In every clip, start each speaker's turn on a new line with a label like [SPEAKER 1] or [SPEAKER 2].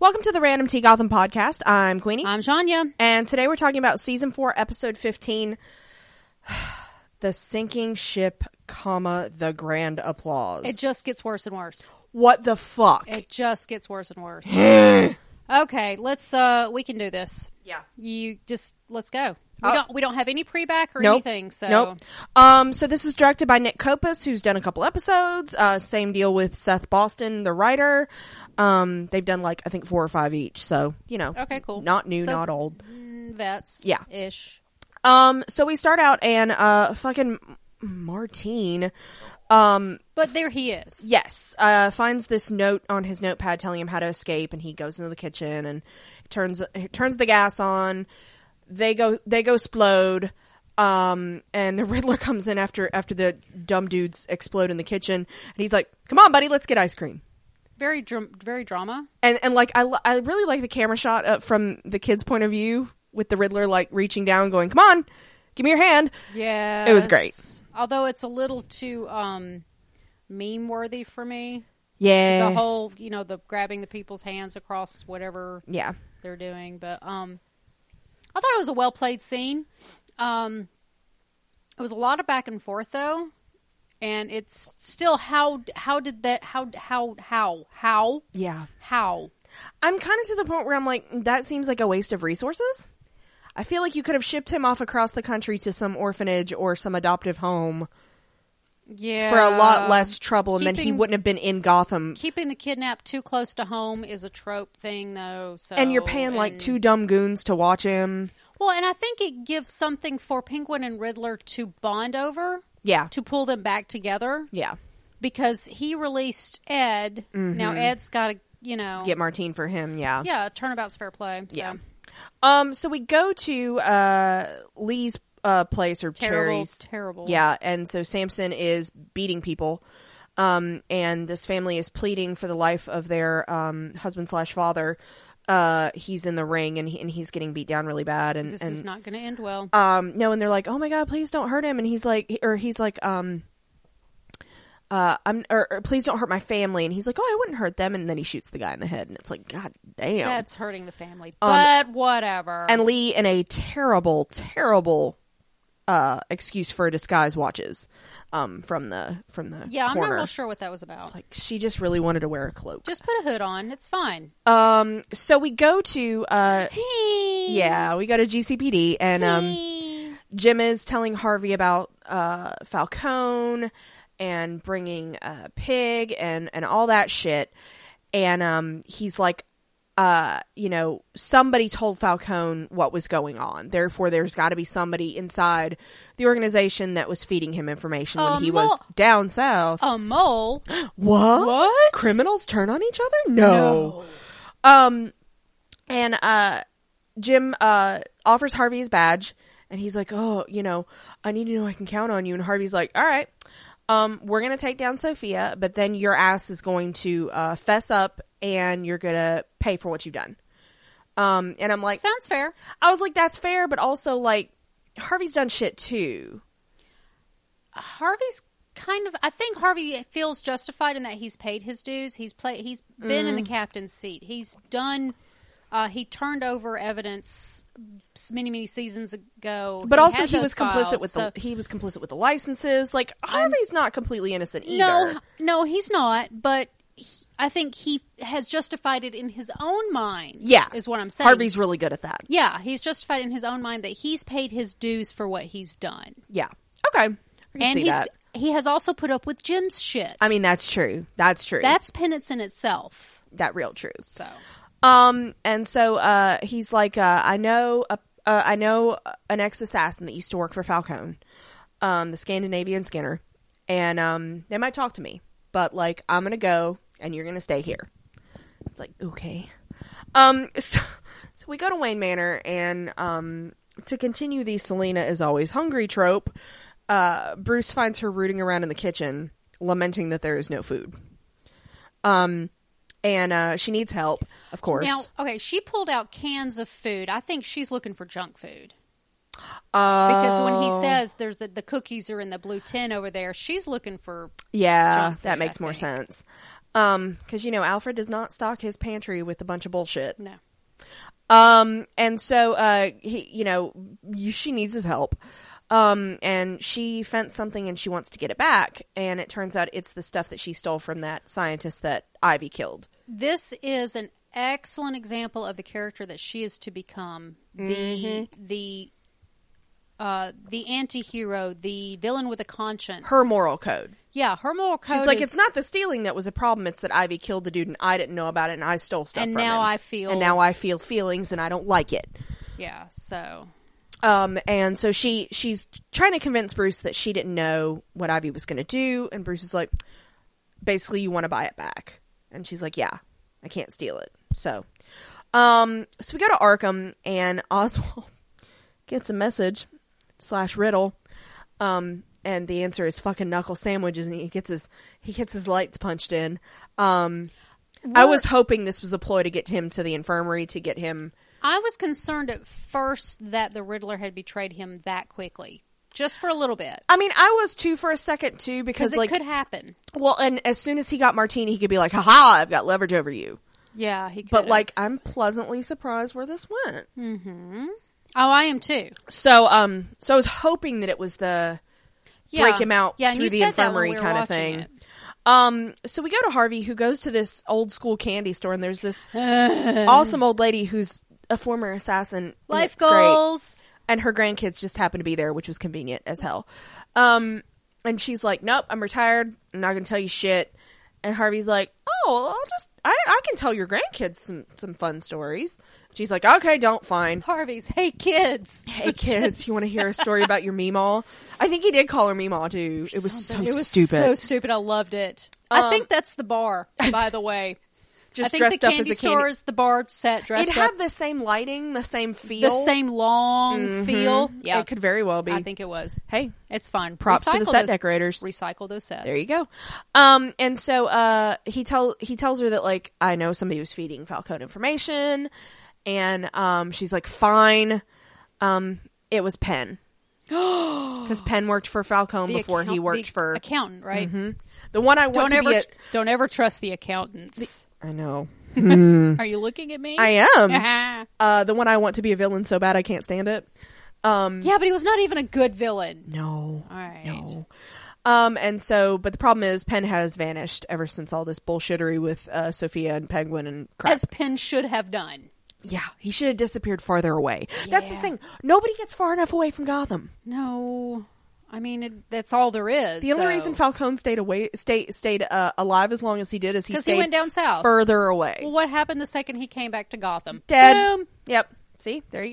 [SPEAKER 1] Welcome to the Random Tea Gotham podcast. I'm Queenie.
[SPEAKER 2] I'm Shania.
[SPEAKER 1] and today we're talking about season 4 episode 15 The sinking ship, comma the grand applause.
[SPEAKER 2] It just gets worse and worse.
[SPEAKER 1] what the fuck?
[SPEAKER 2] It just gets worse and worse. okay, let's uh we can do this.
[SPEAKER 1] yeah.
[SPEAKER 2] You just let's go. We don't we don't have any pre back or
[SPEAKER 1] Oh. Nope.
[SPEAKER 2] anything, so
[SPEAKER 1] Nope. Um, so this is directed by Nick Copus, who's done a couple episodes. Uh, same deal with Seth Boston, the writer. Um, they've done like I think four or five each. So you know,
[SPEAKER 2] Okay, cool.
[SPEAKER 1] Not new,
[SPEAKER 2] So-
[SPEAKER 1] not old.
[SPEAKER 2] mm, that's
[SPEAKER 1] Yeah.
[SPEAKER 2] ish.
[SPEAKER 1] Um, so we start out and uh, fucking Martine. Um,
[SPEAKER 2] But there he is.
[SPEAKER 1] yes, uh, finds this note on his notepad telling him how to escape, and he goes into the kitchen and turns turns the gas on. They go they go explode. Um, and the Riddler comes in after after the dumb dudes explode in the kitchen, and he's like, "Come on, buddy, let's get ice cream."
[SPEAKER 2] Very dr- very drama.
[SPEAKER 1] and and like I, li- I really like the camera shot uh, from the kid's point of view with the Riddler like reaching down, going, "Come on, give me your hand."
[SPEAKER 2] Yeah.
[SPEAKER 1] was great.
[SPEAKER 2] Although it's a little too um meme worthy for me.
[SPEAKER 1] Yeah,
[SPEAKER 2] The whole, you know, the grabbing the people's hands across whatever
[SPEAKER 1] yeah,
[SPEAKER 2] they're doing. But um, I thought it was a well played scene. Um, it was a lot of back and forth though, and it's still how how did that how how how how
[SPEAKER 1] yeah.
[SPEAKER 2] how
[SPEAKER 1] I'm kind of to the point where I'm like, that seems like a waste of resources. I feel like you could have shipped him off across the country to some orphanage or some adoptive home
[SPEAKER 2] yeah
[SPEAKER 1] for a lot less trouble, and then he
[SPEAKER 2] Keeping-
[SPEAKER 1] wouldn't have been in Gotham.
[SPEAKER 2] Keeping the kidnap too close to home is a trope thing though. So
[SPEAKER 1] and you're paying like
[SPEAKER 2] and-
[SPEAKER 1] two dumb goons to watch him.
[SPEAKER 2] Well, and I think it gives something for Penguin and Riddler to bond over.
[SPEAKER 1] Yeah,
[SPEAKER 2] To pull them back together
[SPEAKER 1] yeah.
[SPEAKER 2] because he released Ed. Now
[SPEAKER 1] Mm-hmm.
[SPEAKER 2] Ed's got to, you know,
[SPEAKER 1] Get Martine for him.
[SPEAKER 2] Yeah, turnabout's fair play. So.
[SPEAKER 1] Yeah. Um, so we go to uh, Lee's uh, place or
[SPEAKER 2] Terrible,
[SPEAKER 1] Cherry's.
[SPEAKER 2] terrible.
[SPEAKER 1] Yeah, and so Samson is beating people, um, and this family is pleading for the life of their um, husband slash father. Uh, he's in the ring and he, and he's getting beat down really bad, and
[SPEAKER 2] This
[SPEAKER 1] and
[SPEAKER 2] is not going to end well.
[SPEAKER 1] um, no, and they're like, oh my god, please don't hurt him, and he's like, or he's like, um. Uh, I'm or, or please don't hurt my family. And he's like, oh, I wouldn't hurt them. And then he shoots the guy in the head, and it's like, god damn.
[SPEAKER 2] That's hurting the family. But whatever.
[SPEAKER 1] um, and Lee in a terrible, terrible uh, excuse for a disguise watches um, from the from the
[SPEAKER 2] yeah, I'm
[SPEAKER 1] corner.
[SPEAKER 2] not real sure what that was about.
[SPEAKER 1] Like she just really wanted to wear a cloak.
[SPEAKER 2] Just put a hood on. It's fine.
[SPEAKER 1] Um, so we go to uh,
[SPEAKER 2] Hey.
[SPEAKER 1] yeah, we go to GCPD, and um,
[SPEAKER 2] Hey.
[SPEAKER 1] Jim is telling Harvey about uh, Falcone and bringing uh, Pig and and all that shit, and um, he's like. Uh, you know, somebody told Falcone what was going on. Therefore, there's got to be somebody inside the organization that was feeding him information when
[SPEAKER 2] Um,
[SPEAKER 1] he was
[SPEAKER 2] well-
[SPEAKER 1] down south.
[SPEAKER 2] A mole.
[SPEAKER 1] What?
[SPEAKER 2] What?
[SPEAKER 1] Criminals turn on each other? No. Um and uh Jim uh offers Harvey his badge and he's like, "Oh, you know, I need to know I can count on you." And Harvey's like, "All right. Um we're going to take down Sophia, but then your ass is going to uh fess up and you're going to pay for what you've done." Um and I'm like
[SPEAKER 2] Sounds fair.
[SPEAKER 1] I was like that's fair, but also like Harvey's done shit too.
[SPEAKER 2] Harvey's kind of. I think Harvey feels justified in that he's paid his dues. He's play. He's been
[SPEAKER 1] Mm.
[SPEAKER 2] in the captain's seat. He's done. Uh, he turned over evidence s- many many seasons ago.
[SPEAKER 1] But also
[SPEAKER 2] had
[SPEAKER 1] he was
[SPEAKER 2] those
[SPEAKER 1] complicit
[SPEAKER 2] files,
[SPEAKER 1] with
[SPEAKER 2] so-
[SPEAKER 1] the he was complicit with the licenses. Like Harvey's not completely innocent either.
[SPEAKER 2] No, no, he's not. But he, I think he has justified it in his own mind.
[SPEAKER 1] Yeah.
[SPEAKER 2] is what I'm saying.
[SPEAKER 1] Harvey's really good at that.
[SPEAKER 2] yeah, he's justified in his own mind that he's paid his dues for what he's done,
[SPEAKER 1] Yeah. Okay. I can
[SPEAKER 2] and
[SPEAKER 1] see
[SPEAKER 2] he's
[SPEAKER 1] that.
[SPEAKER 2] he has also put up with Jim's shit.
[SPEAKER 1] I mean, that's true. That's true.
[SPEAKER 2] that's penance in itself.
[SPEAKER 1] that real truth.
[SPEAKER 2] So
[SPEAKER 1] Um, and so uh, he's like, uh, I know, a, uh, I know an ex assassin that used to work for Falcone, um, the Scandinavian Skinner, and um, they might talk to me, but like, I'm gonna go, and you're gonna stay here. It's like okay. Um, so, so we go to Wayne Manor, and um, to continue the Selena is always hungry trope, uh, Bruce finds her rooting around in the kitchen, lamenting that there is no food. Um, and uh, she needs help, of course.
[SPEAKER 2] now, okay, she pulled out cans of food. I think she's looking for junk food.
[SPEAKER 1] Uh,
[SPEAKER 2] Because when he says there's the, the cookies are in the blue tin over there, she's looking for
[SPEAKER 1] yeah,
[SPEAKER 2] junk
[SPEAKER 1] that
[SPEAKER 2] food,
[SPEAKER 1] makes
[SPEAKER 2] I
[SPEAKER 1] more
[SPEAKER 2] think.
[SPEAKER 1] sense. Um, because you know Alfred does not stock his pantry with a bunch of bullshit.
[SPEAKER 2] No.
[SPEAKER 1] Um, and so uh, he, you know, you, she needs his help. Um, and she fenced something and she wants to get it back. And it turns out it's the stuff that she stole from that scientist that Ivy killed.
[SPEAKER 2] This is an excellent example of the character that she is to become. The
[SPEAKER 1] Mm-hmm.
[SPEAKER 2] the uh, the anti-hero, the villain with a conscience.
[SPEAKER 1] Her moral code.
[SPEAKER 2] Yeah, her moral code.
[SPEAKER 1] She's like,
[SPEAKER 2] is-
[SPEAKER 1] it's not the stealing that was a problem. It's that Ivy killed the dude and I didn't know about it and I stole stuff.
[SPEAKER 2] And
[SPEAKER 1] from
[SPEAKER 2] now
[SPEAKER 1] him.
[SPEAKER 2] I feel-
[SPEAKER 1] And now I feel feelings and I don't like it.
[SPEAKER 2] Yeah, so
[SPEAKER 1] Um, and so she she's trying to convince Bruce that she didn't know what Ivy was going to do, and Bruce is like, basically, you want to buy it back, and she's like, yeah, I can't steal it. So, um, so we go to Arkham, and Oswald gets a message slash riddle, um, and the answer is fucking knuckle sandwiches, and he gets his he gets his lights punched in. Um, I was hoping this was a ploy to get him to the infirmary to get him.
[SPEAKER 2] I was concerned at first that the Riddler had betrayed him that quickly, just for a little bit,
[SPEAKER 1] I mean, I was too for a second too because
[SPEAKER 2] because it
[SPEAKER 1] like
[SPEAKER 2] could happen.
[SPEAKER 1] Well, and as soon as he got Martini, he could be like, "Ha ha! I've got leverage over you."
[SPEAKER 2] Yeah, he could.
[SPEAKER 1] But like, I'm pleasantly surprised where this went.
[SPEAKER 2] oh, I am too.
[SPEAKER 1] So, um, so I was hoping that it was the
[SPEAKER 2] Yeah.
[SPEAKER 1] break him out
[SPEAKER 2] Yeah, and
[SPEAKER 1] through
[SPEAKER 2] you
[SPEAKER 1] the
[SPEAKER 2] said that when
[SPEAKER 1] infirmary
[SPEAKER 2] we were
[SPEAKER 1] kind of
[SPEAKER 2] watching
[SPEAKER 1] thing.
[SPEAKER 2] it.
[SPEAKER 1] Um, so we go to Harvey, who goes to this old school candy store, and there's this awesome old lady who's a former assassin. and
[SPEAKER 2] Life
[SPEAKER 1] it's great.
[SPEAKER 2] goals.
[SPEAKER 1] and her grandkids just happened to be there, which was convenient as hell. Um, and she's like, "Nope, I'm retired. I'm not gonna tell you shit." And Harvey's like, "Oh, well, I'll just I, I can tell your grandkids some some fun stories." She's like, "Okay, don't fine."
[SPEAKER 2] Harvey's. Hey kids.
[SPEAKER 1] Hey kids, you want to hear a story about your meemaw? I think he did call her meemaw too. It was so
[SPEAKER 2] it was
[SPEAKER 1] stupid.
[SPEAKER 2] so stupid. I loved it. I think that's the bar, by the way.
[SPEAKER 1] Um, just
[SPEAKER 2] I
[SPEAKER 1] dressed
[SPEAKER 2] think the
[SPEAKER 1] up as
[SPEAKER 2] candy
[SPEAKER 1] a
[SPEAKER 2] store
[SPEAKER 1] candy.
[SPEAKER 2] is the bar set
[SPEAKER 1] It
[SPEAKER 2] dressed
[SPEAKER 1] had
[SPEAKER 2] up
[SPEAKER 1] the same lighting, the same feel, Mm-hmm.
[SPEAKER 2] the same long feel. Yeah,
[SPEAKER 1] It could very well be.
[SPEAKER 2] I think it was.
[SPEAKER 1] Hey,
[SPEAKER 2] It's fine.
[SPEAKER 1] Props to the
[SPEAKER 2] Recycle
[SPEAKER 1] set
[SPEAKER 2] those-
[SPEAKER 1] decorators.
[SPEAKER 2] Recycle those sets.
[SPEAKER 1] There you go. Um, and so uh, he tell he tells her that like I know somebody was feeding Falcone information, and um, she's like, fine. Um, it was Penn because Penn worked for Falcone
[SPEAKER 2] The
[SPEAKER 1] before
[SPEAKER 2] account-
[SPEAKER 1] he
[SPEAKER 2] the
[SPEAKER 1] worked for
[SPEAKER 2] accountant, right?
[SPEAKER 1] the one I want
[SPEAKER 2] Don't
[SPEAKER 1] to
[SPEAKER 2] ever,
[SPEAKER 1] be. At-
[SPEAKER 2] don't ever trust the accountants.
[SPEAKER 1] I know
[SPEAKER 2] Are you looking at me?
[SPEAKER 1] Mm-hmm. I am
[SPEAKER 2] am.
[SPEAKER 1] uh, the one I want to be a villain so bad I can't stand it. Um,
[SPEAKER 2] yeah, but he was not even a good villain.
[SPEAKER 1] no,
[SPEAKER 2] All right.
[SPEAKER 1] no. Um, and so, but the problem is, Penn has vanished ever since all this bullshittery with uh, Sophia and Penguin and crap.
[SPEAKER 2] As Penn should have done.
[SPEAKER 1] Yeah, he should have disappeared farther away. That's the
[SPEAKER 2] Yeah.
[SPEAKER 1] thing. Nobody gets far enough away from Gotham.
[SPEAKER 2] No, I mean it, that's all there is.
[SPEAKER 1] The only
[SPEAKER 2] though.
[SPEAKER 1] reason Falcone stayed away, stayed stayed uh, alive as long as he did, is he
[SPEAKER 2] 'Cause
[SPEAKER 1] stayed
[SPEAKER 2] he went down south.
[SPEAKER 1] further away.
[SPEAKER 2] well, what happened the second he came back to Gotham?
[SPEAKER 1] Dead.
[SPEAKER 2] Boom.
[SPEAKER 1] Yep. See, there you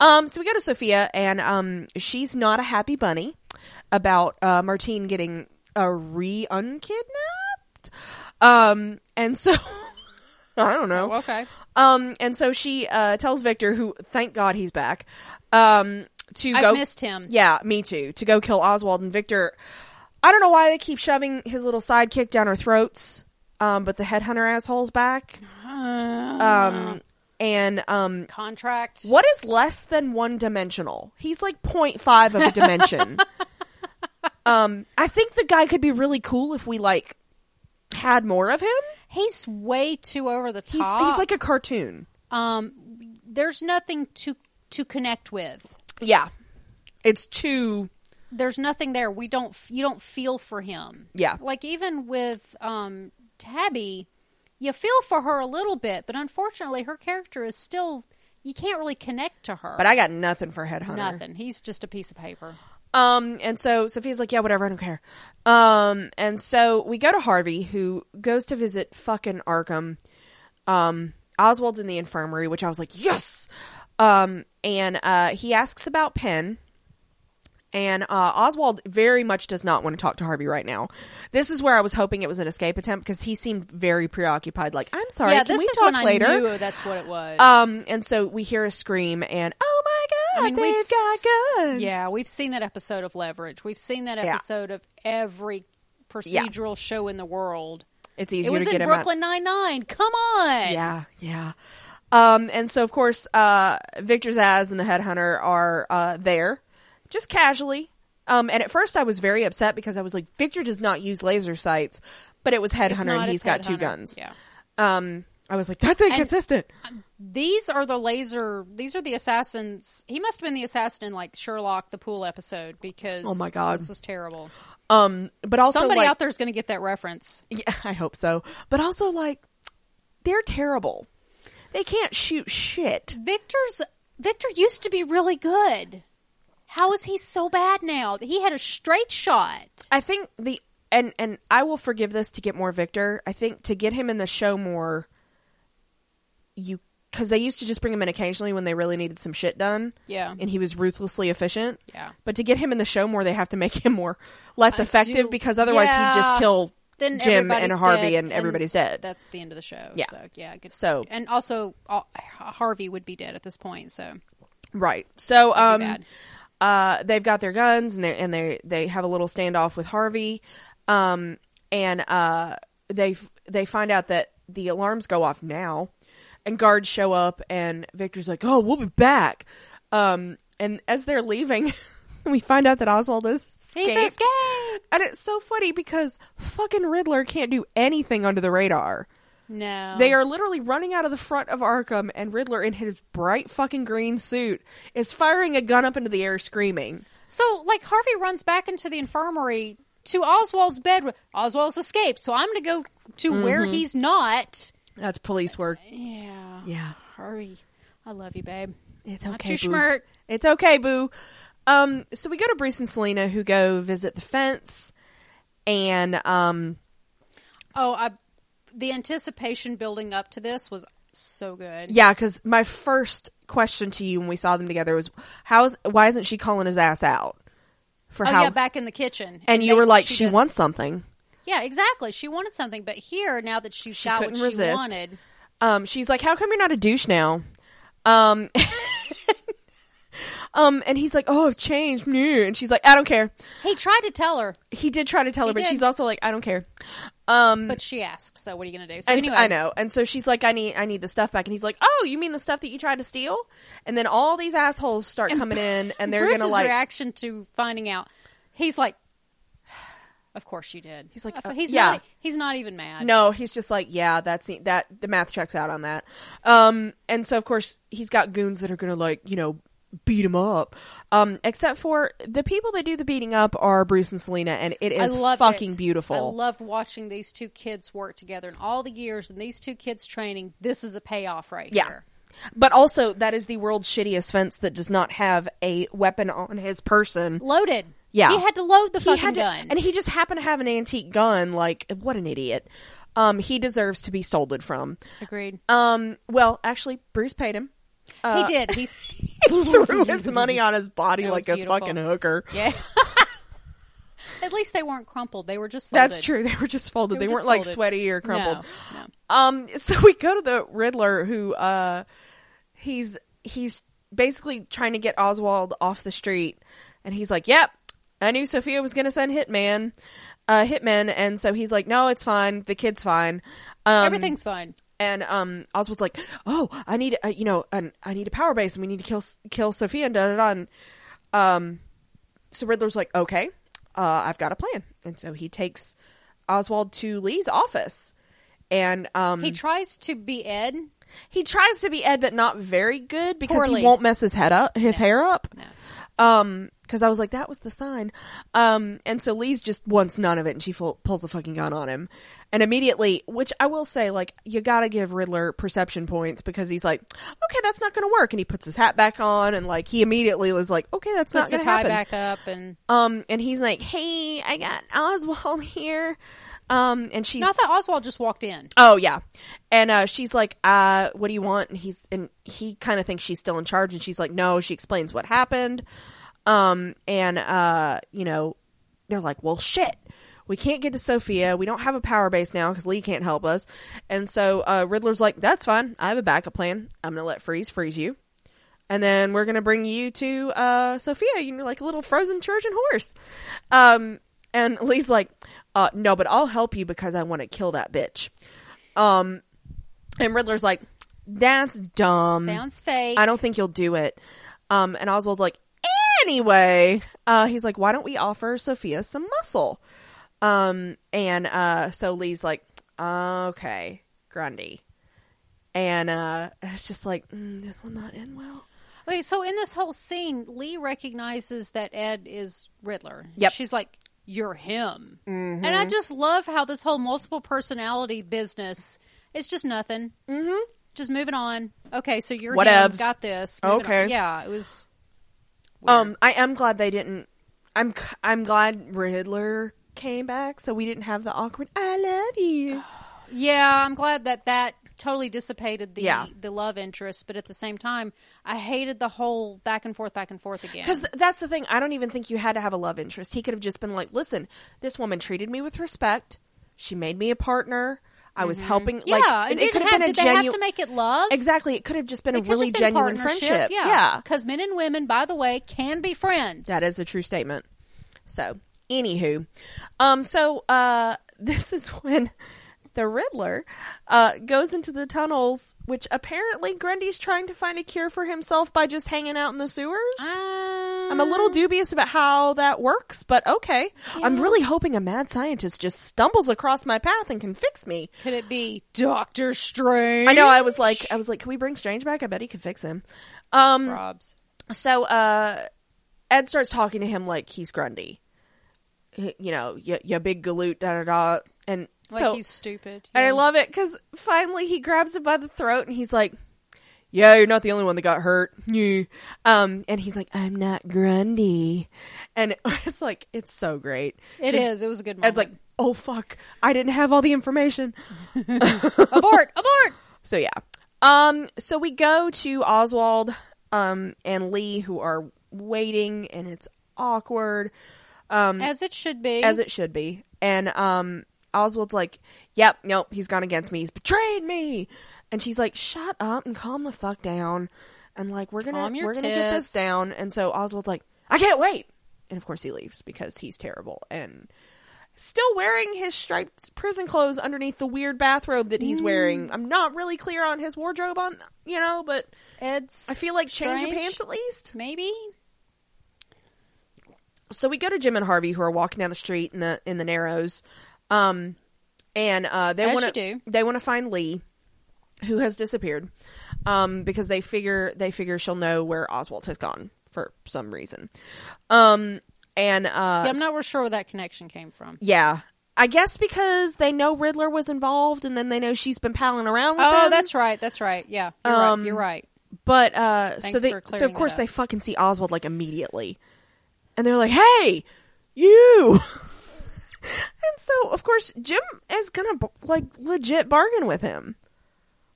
[SPEAKER 1] go. Um, so we go to Sophia, and um, she's not a happy bunny about uh, Martine getting uh, re unkidnapped. Um, and so I don't know.
[SPEAKER 2] Okay.
[SPEAKER 1] Um, and so she uh, tells Victor, who thank God he's back, um, to
[SPEAKER 2] I've
[SPEAKER 1] go.
[SPEAKER 2] missed him.
[SPEAKER 1] Yeah, me too. To go kill Oswald and Victor. I don't know why they keep shoving his little sidekick down our throats, um, but the headhunter asshole's back. Um, and um,
[SPEAKER 2] Contract.
[SPEAKER 1] what is less than one dimensional? He's like 0.5 of a dimension. um, I think the guy could be really cool if we like had more of him.
[SPEAKER 2] He's way too over the
[SPEAKER 1] He's,
[SPEAKER 2] top.
[SPEAKER 1] he's like a cartoon.
[SPEAKER 2] um, there's nothing to to connect with.
[SPEAKER 1] Yeah. It's too.
[SPEAKER 2] there's nothing there. We don't you don't feel for him.
[SPEAKER 1] Yeah.
[SPEAKER 2] Like even with um Tabby, you feel for her a little bit, but unfortunately her character is still you can't really connect to her.
[SPEAKER 1] But I got nothing for Headhunter.
[SPEAKER 2] nothing. He's just a piece of paper.
[SPEAKER 1] Um, and so Sophia's like, yeah, whatever, I don't care. Um, and so we go to Harvey, who goes to visit fucking Arkham. Um, Oswald's in the infirmary, which I was like, yes. Um, and uh, he asks about Penn. And uh, Oswald very much does not want to talk to Harvey right now. This is where I was hoping it was an escape attempt because he seemed very preoccupied. Like, I'm sorry,
[SPEAKER 2] yeah,
[SPEAKER 1] can
[SPEAKER 2] this
[SPEAKER 1] we
[SPEAKER 2] is
[SPEAKER 1] talk
[SPEAKER 2] when I
[SPEAKER 1] later?
[SPEAKER 2] knew that's what it was.
[SPEAKER 1] Um, and so we hear a scream, and oh my god,
[SPEAKER 2] we've
[SPEAKER 1] they've got
[SPEAKER 2] s-
[SPEAKER 1] guns.
[SPEAKER 2] Yeah, we've seen that episode of Leverage. We've seen that
[SPEAKER 1] Yeah.
[SPEAKER 2] episode of every procedural show in the world.
[SPEAKER 1] it's
[SPEAKER 2] It
[SPEAKER 1] easier
[SPEAKER 2] was
[SPEAKER 1] to get
[SPEAKER 2] in
[SPEAKER 1] him
[SPEAKER 2] Brooklyn Nine Nine. Come on.
[SPEAKER 1] Out. Yeah, yeah. Um, and so of course, uh, Victor Zaz and the headhunter are uh, there, just casually. Um, and at first I was very upset because I was like, Victor does not use laser sights, but it was
[SPEAKER 2] It's
[SPEAKER 1] Headhunter
[SPEAKER 2] not,
[SPEAKER 1] and he's
[SPEAKER 2] it's
[SPEAKER 1] got two
[SPEAKER 2] Headhunter.
[SPEAKER 1] guns.
[SPEAKER 2] Yeah.
[SPEAKER 1] Um, I was like, that's inconsistent.
[SPEAKER 2] These are the laser. These are the assassins. He must have been the assassin in like Sherlock the pool episode because
[SPEAKER 1] Oh my God.
[SPEAKER 2] this was terrible.
[SPEAKER 1] um, but also
[SPEAKER 2] Somebody
[SPEAKER 1] like,
[SPEAKER 2] out there is going to get that reference.
[SPEAKER 1] Yeah, I hope so. But also, like, they're terrible. They can't shoot shit.
[SPEAKER 2] Victor's Victor used to be really good. How is he so bad now? He had a straight shot.
[SPEAKER 1] I think the and and I will forgive this to get more Victor. I think to get him in the show more, you because they used to just bring him in occasionally when they really needed some shit done.
[SPEAKER 2] Yeah.
[SPEAKER 1] and he was ruthlessly efficient.
[SPEAKER 2] Yeah.
[SPEAKER 1] but to get him in the show more, they have to make him more less
[SPEAKER 2] do-
[SPEAKER 1] effective because otherwise he'd just
[SPEAKER 2] Yeah.
[SPEAKER 1] kill
[SPEAKER 2] Then
[SPEAKER 1] Jim and
[SPEAKER 2] everybody's
[SPEAKER 1] Harvey
[SPEAKER 2] dead,
[SPEAKER 1] and everybody's dead.
[SPEAKER 2] That's the end of the show.
[SPEAKER 1] Yeah.
[SPEAKER 2] So, yeah. Good.
[SPEAKER 1] So-
[SPEAKER 2] and also all, Harvey would be dead at this point. So
[SPEAKER 1] Right. So um
[SPEAKER 2] bad.
[SPEAKER 1] uh they've got their guns and they and they they have a little standoff with Harvey. Um and uh they f- they find out that the alarms go off now and guards show up and Victor's like, "Oh, we'll be back." Um and as they're leaving, we find out that Oswald is
[SPEAKER 2] he's
[SPEAKER 1] escaped.
[SPEAKER 2] escaped.
[SPEAKER 1] And it's so funny because fucking Riddler can't do anything under the radar.
[SPEAKER 2] No,
[SPEAKER 1] They are literally running out of the front of Arkham, and Riddler, in his bright fucking green suit, is firing a gun up into the air, screaming.
[SPEAKER 2] So, like, Harvey runs back into the infirmary to Oswald's bed. Oswald's escaped, so I'm going to go to where he's not.
[SPEAKER 1] That's police work.
[SPEAKER 2] Mm-hmm. Yeah.
[SPEAKER 1] Yeah.
[SPEAKER 2] Harvey, I love you, babe.
[SPEAKER 1] It's
[SPEAKER 2] Not
[SPEAKER 1] okay.
[SPEAKER 2] too
[SPEAKER 1] boo.
[SPEAKER 2] smart.
[SPEAKER 1] It's okay, boo. Um, so we go to Bruce and Selena, who go visit the fence, and um,
[SPEAKER 2] Oh, I, the anticipation building up to this was so good.
[SPEAKER 1] yeah, because my first question to you when we saw them together was, "How's why isn't she calling his ass out for
[SPEAKER 2] Oh,
[SPEAKER 1] how?"
[SPEAKER 2] yeah, back in the kitchen.
[SPEAKER 1] and you
[SPEAKER 2] they-
[SPEAKER 1] were like, "She,
[SPEAKER 2] does-
[SPEAKER 1] wants something."
[SPEAKER 2] Yeah, exactly. She wanted something, but here, now that she's
[SPEAKER 1] She
[SPEAKER 2] got
[SPEAKER 1] couldn't
[SPEAKER 2] what she
[SPEAKER 1] resist.
[SPEAKER 2] wanted,
[SPEAKER 1] um, she's like, "How come you're not a douche now?" Um, um, and he's like, "Oh, I've changed." meh." And she's like, "I don't care."
[SPEAKER 2] he tried to tell her,
[SPEAKER 1] He did try to tell her,
[SPEAKER 2] He
[SPEAKER 1] but
[SPEAKER 2] did.
[SPEAKER 1] she's also like, "I don't care." Um,
[SPEAKER 2] but she asked, so what are you going to do? So,
[SPEAKER 1] and
[SPEAKER 2] anyway.
[SPEAKER 1] I know. And so she's like, "I need, I need the stuff back." And he's like, "Oh, you mean the stuff that you tried to steal?" And then all these assholes start coming in, and they're
[SPEAKER 2] Bruce's
[SPEAKER 1] gonna like,
[SPEAKER 2] reaction to finding out. He's like, "Of course you did."
[SPEAKER 1] He's like,
[SPEAKER 2] Of-
[SPEAKER 1] uh,
[SPEAKER 2] "He's
[SPEAKER 1] yeah.
[SPEAKER 2] not. He's not even mad."
[SPEAKER 1] No, he's just like, yeah, that's that. The math checks out on that. Um, and so of course he's got goons that are gonna like you know beat him up. Um, except for the people that do the beating up are Bruce and Selena, and it
[SPEAKER 2] I
[SPEAKER 1] is
[SPEAKER 2] love
[SPEAKER 1] fucking
[SPEAKER 2] it.
[SPEAKER 1] beautiful.
[SPEAKER 2] I loved watching these two kids work together, and all the years and these two kids training. This is a payoff right
[SPEAKER 1] yeah.
[SPEAKER 2] here.
[SPEAKER 1] But also, that is the world's shittiest fence that does not have a weapon on his person.
[SPEAKER 2] Loaded.
[SPEAKER 1] Yeah.
[SPEAKER 2] he had to load the
[SPEAKER 1] He
[SPEAKER 2] fucking
[SPEAKER 1] had to-
[SPEAKER 2] gun.
[SPEAKER 1] and he just happened to have an antique gun. Like, what an idiot! Um, he deserves to be stolen from.
[SPEAKER 2] Agreed.
[SPEAKER 1] Um, well, actually, Bruce paid him. Uh,
[SPEAKER 2] he did. He.
[SPEAKER 1] threw his money on his body
[SPEAKER 2] That
[SPEAKER 1] like
[SPEAKER 2] was
[SPEAKER 1] a
[SPEAKER 2] beautiful.
[SPEAKER 1] fucking hooker.
[SPEAKER 2] yeah. At least they weren't crumpled. They were just. Folded.
[SPEAKER 1] That's true. They were just folded. They,
[SPEAKER 2] They
[SPEAKER 1] were not
[SPEAKER 2] were just
[SPEAKER 1] like
[SPEAKER 2] folded.
[SPEAKER 1] sweaty or crumpled.
[SPEAKER 2] No, no.
[SPEAKER 1] Um so we go to the Riddler who uh he's he's basically trying to get Oswald off the street and he's like, "Yep. I knew Sophia was going to send Hitman." Uh Hitman and so he's like, "No, it's fine. The kid's fine." Um
[SPEAKER 2] Everything's fine.
[SPEAKER 1] and um, Oswald's like, "Oh, I need, uh, you know, an, I need a power base, and we need to kill kill Sophia." And da da da. And um, so Riddler's like, "Okay, uh, I've got a plan." And so he takes Oswald to Lee's office, and um,
[SPEAKER 2] He
[SPEAKER 1] he,
[SPEAKER 2] tries to be Ed.
[SPEAKER 1] tries to be Ed, but not very good because
[SPEAKER 2] Poorly.
[SPEAKER 1] he won't mess his head up, his hair up.
[SPEAKER 2] No.
[SPEAKER 1] Um, because I was like, that was the sign. Um, and so Lee's just wants none of it, and she full, pulls a fucking gun on him, and immediately, which I will say, like, you gotta give Riddler perception points because he's like, okay, that's not gonna work, and he puts his hat back on, and like, he immediately was like, okay, that's not
[SPEAKER 2] Puts a
[SPEAKER 1] gonna
[SPEAKER 2] tie
[SPEAKER 1] happen.
[SPEAKER 2] back up and.
[SPEAKER 1] Um, and he's like, hey, I got Oswald here. Um, and she's
[SPEAKER 2] Not that Oswald just walked in.
[SPEAKER 1] Oh yeah, and uh, she's like, uh, "What do you want?" And he's and he kind of thinks she's still in charge, and she's like, "No." She explains what happened, um, and uh, you know, they're like, "Well, shit, we can't get to Sophia. We don't have a power base now because Lee can't help us." And so uh, Riddler's like, "That's fine. I have a backup plan. I'm gonna let Freeze freeze you, and then we're gonna bring you to uh, Sophia. You're like a little frozen Trojan horse." Um, and Lee's like, uh, "No, but I'll help you because I want to kill that bitch." Um, and Riddler's like, "That's dumb.
[SPEAKER 2] Sounds fake.
[SPEAKER 1] Mm. I don't think you'll do it." Um, and Oswald's like, "Anyway," uh, he's like, "Why don't we offer Sophia some muscle?" Um, and uh, so Lee's like, okay, Grundy. And uh, it's just like, mm, this will not end well.
[SPEAKER 2] Okay, so in this whole scene, Lee recognizes that Ed is Riddler.
[SPEAKER 1] Yep. Mm-hmm.
[SPEAKER 2] She's like, You're him. And I just love how this whole multiple personality business is just nothing. Mm hmm. Just moving on. Okay, so you're him.
[SPEAKER 1] Mm-hmm. Whatevs.
[SPEAKER 2] Got this. Moving on.
[SPEAKER 1] Okay.
[SPEAKER 2] Yeah, it was.
[SPEAKER 1] Um, I am glad they didn't. I'm c- I'm glad Riddler came back, so we didn't have the awkward "I love you."
[SPEAKER 2] Yeah, I'm glad that that totally dissipated the
[SPEAKER 1] Yeah.
[SPEAKER 2] the love interest, but at the same time, I hated the whole back and forth, back and forth again.
[SPEAKER 1] Because that's the thing. I don't even think you had to have a love interest. He could have just been like, "Listen, this woman treated me with respect. She made me a partner. I was helping.
[SPEAKER 2] Mm-hmm. yeah,
[SPEAKER 1] like,
[SPEAKER 2] and did, have, did they have to make it love?
[SPEAKER 1] Exactly. It could have just been
[SPEAKER 2] It
[SPEAKER 1] a
[SPEAKER 2] could
[SPEAKER 1] really
[SPEAKER 2] just been
[SPEAKER 1] genuine
[SPEAKER 2] partnership,
[SPEAKER 1] friendship.
[SPEAKER 2] Yeah.
[SPEAKER 1] yeah.
[SPEAKER 2] Because men and women, by the way, can be friends.
[SPEAKER 1] That is a true statement. So, anywho, um, so uh, this is when the Riddler uh, goes into the tunnels, which apparently Grundy's trying to find a cure for himself by just hanging out in the sewers.
[SPEAKER 2] Ah,
[SPEAKER 1] I'm a little dubious about how that works, but okay. I'm really hoping a mad scientist just stumbles across my path and can fix me.
[SPEAKER 2] Could it be Doctor Strange?
[SPEAKER 1] I know. I was like, I was like, can we bring Strange back? I bet he could fix him. Um,
[SPEAKER 2] Rob's.
[SPEAKER 1] so uh ed starts talking to him like he's grundy Y- you know y- you big galoot da da da and
[SPEAKER 2] Like
[SPEAKER 1] so
[SPEAKER 2] he's stupid.
[SPEAKER 1] and i
[SPEAKER 2] Yeah.
[SPEAKER 1] love it because finally he grabs him by the throat and he's like yeah you're not the only one that got hurt yeah. um and he's like i'm not grundy and it's like it's so great
[SPEAKER 2] It
[SPEAKER 1] Just-
[SPEAKER 2] is. It was a good moment.
[SPEAKER 1] ed's like oh fuck i didn't have all the information
[SPEAKER 2] abort, abort.
[SPEAKER 1] so yeah. Um so we go to Oswald um and Lee who are waiting and it's awkward
[SPEAKER 2] As it should be.
[SPEAKER 1] Um, as it should be. And um Oswald's like, "Yep, nope, he's gone against me. He's betrayed me." And she's like, "Shut up and calm the fuck down." And like, "We're going
[SPEAKER 2] Calm
[SPEAKER 1] to
[SPEAKER 2] your
[SPEAKER 1] we're going to get this
[SPEAKER 2] tits.
[SPEAKER 1] down." And so Oswald's like, "I can't wait." And of course he leaves because he's terrible and still wearing his striped prison clothes underneath the weird bathrobe that he's wearing.
[SPEAKER 2] Mm.
[SPEAKER 1] I'm not really clear on his wardrobe on, you know, but
[SPEAKER 2] Ed's
[SPEAKER 1] I feel like change your
[SPEAKER 2] Strange.
[SPEAKER 1] pants at least.
[SPEAKER 2] maybe.
[SPEAKER 1] so we go to Jim and Harvey who are walking down the street in the in the Narrows, um, and uh, they
[SPEAKER 2] As
[SPEAKER 1] want
[SPEAKER 2] you do.
[SPEAKER 1] to they want to find Lee, who has disappeared, um, because they figure they figure she'll know where Oswald has gone for some reason, um, and uh,
[SPEAKER 2] Yeah, I'm not real sure where that connection came from.
[SPEAKER 1] yeah, I guess because they know Riddler was involved, and then they know she's been palling around. with
[SPEAKER 2] Oh,
[SPEAKER 1] him.
[SPEAKER 2] that's right. That's right. Yeah, you're
[SPEAKER 1] Um,
[SPEAKER 2] right. You're right.
[SPEAKER 1] But uh,
[SPEAKER 2] Thanks
[SPEAKER 1] so they
[SPEAKER 2] for clearing
[SPEAKER 1] so of
[SPEAKER 2] that
[SPEAKER 1] course
[SPEAKER 2] up.
[SPEAKER 1] they fucking see Oswald like immediately, and they're like, "Hey, you!" and so of course Jim is gonna b- like legit bargain with him.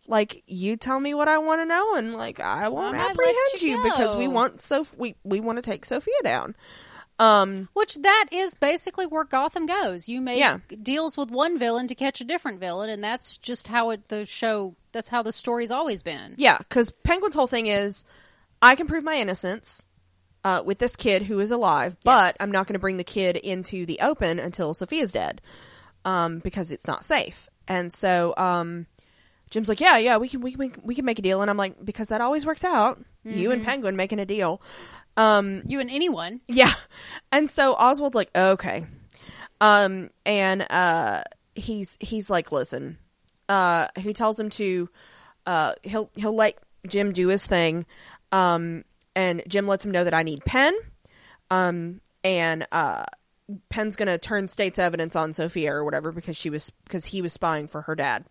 [SPEAKER 1] Like you tell me what I want to know, and like I won't
[SPEAKER 2] I let
[SPEAKER 1] apprehend you,
[SPEAKER 2] you
[SPEAKER 1] because we
[SPEAKER 2] know."
[SPEAKER 1] want so we we want to take Sophia down. Um,
[SPEAKER 2] Which that is basically where Gotham goes. You make
[SPEAKER 1] Yeah.
[SPEAKER 2] deals with one villain to catch a different villain, and that's just how it the show. That's how the story's always been.
[SPEAKER 1] yeah, because Penguin's whole thing is, I can prove my innocence. Uh, with this kid who is alive, but
[SPEAKER 2] Yes.
[SPEAKER 1] I'm not going to bring the kid into the open until Sophia's dead. um, because it's not safe. And so um, Jim's like, yeah, yeah, we can, we can, we can make a deal. And I'm like, because that always works out. You and Penguin making a deal. Um,
[SPEAKER 2] You and anyone.
[SPEAKER 1] yeah. And so Oswald's like, okay. Um, and uh, he's he's like, listen. Uh, he tells him to uh, he'll he'll let Jim do his thing. Um, and Jim lets him know that I need Penn. Um, and uh, Penn's gonna turn state's evidence on Sophia or whatever because she was because he was spying for her dad.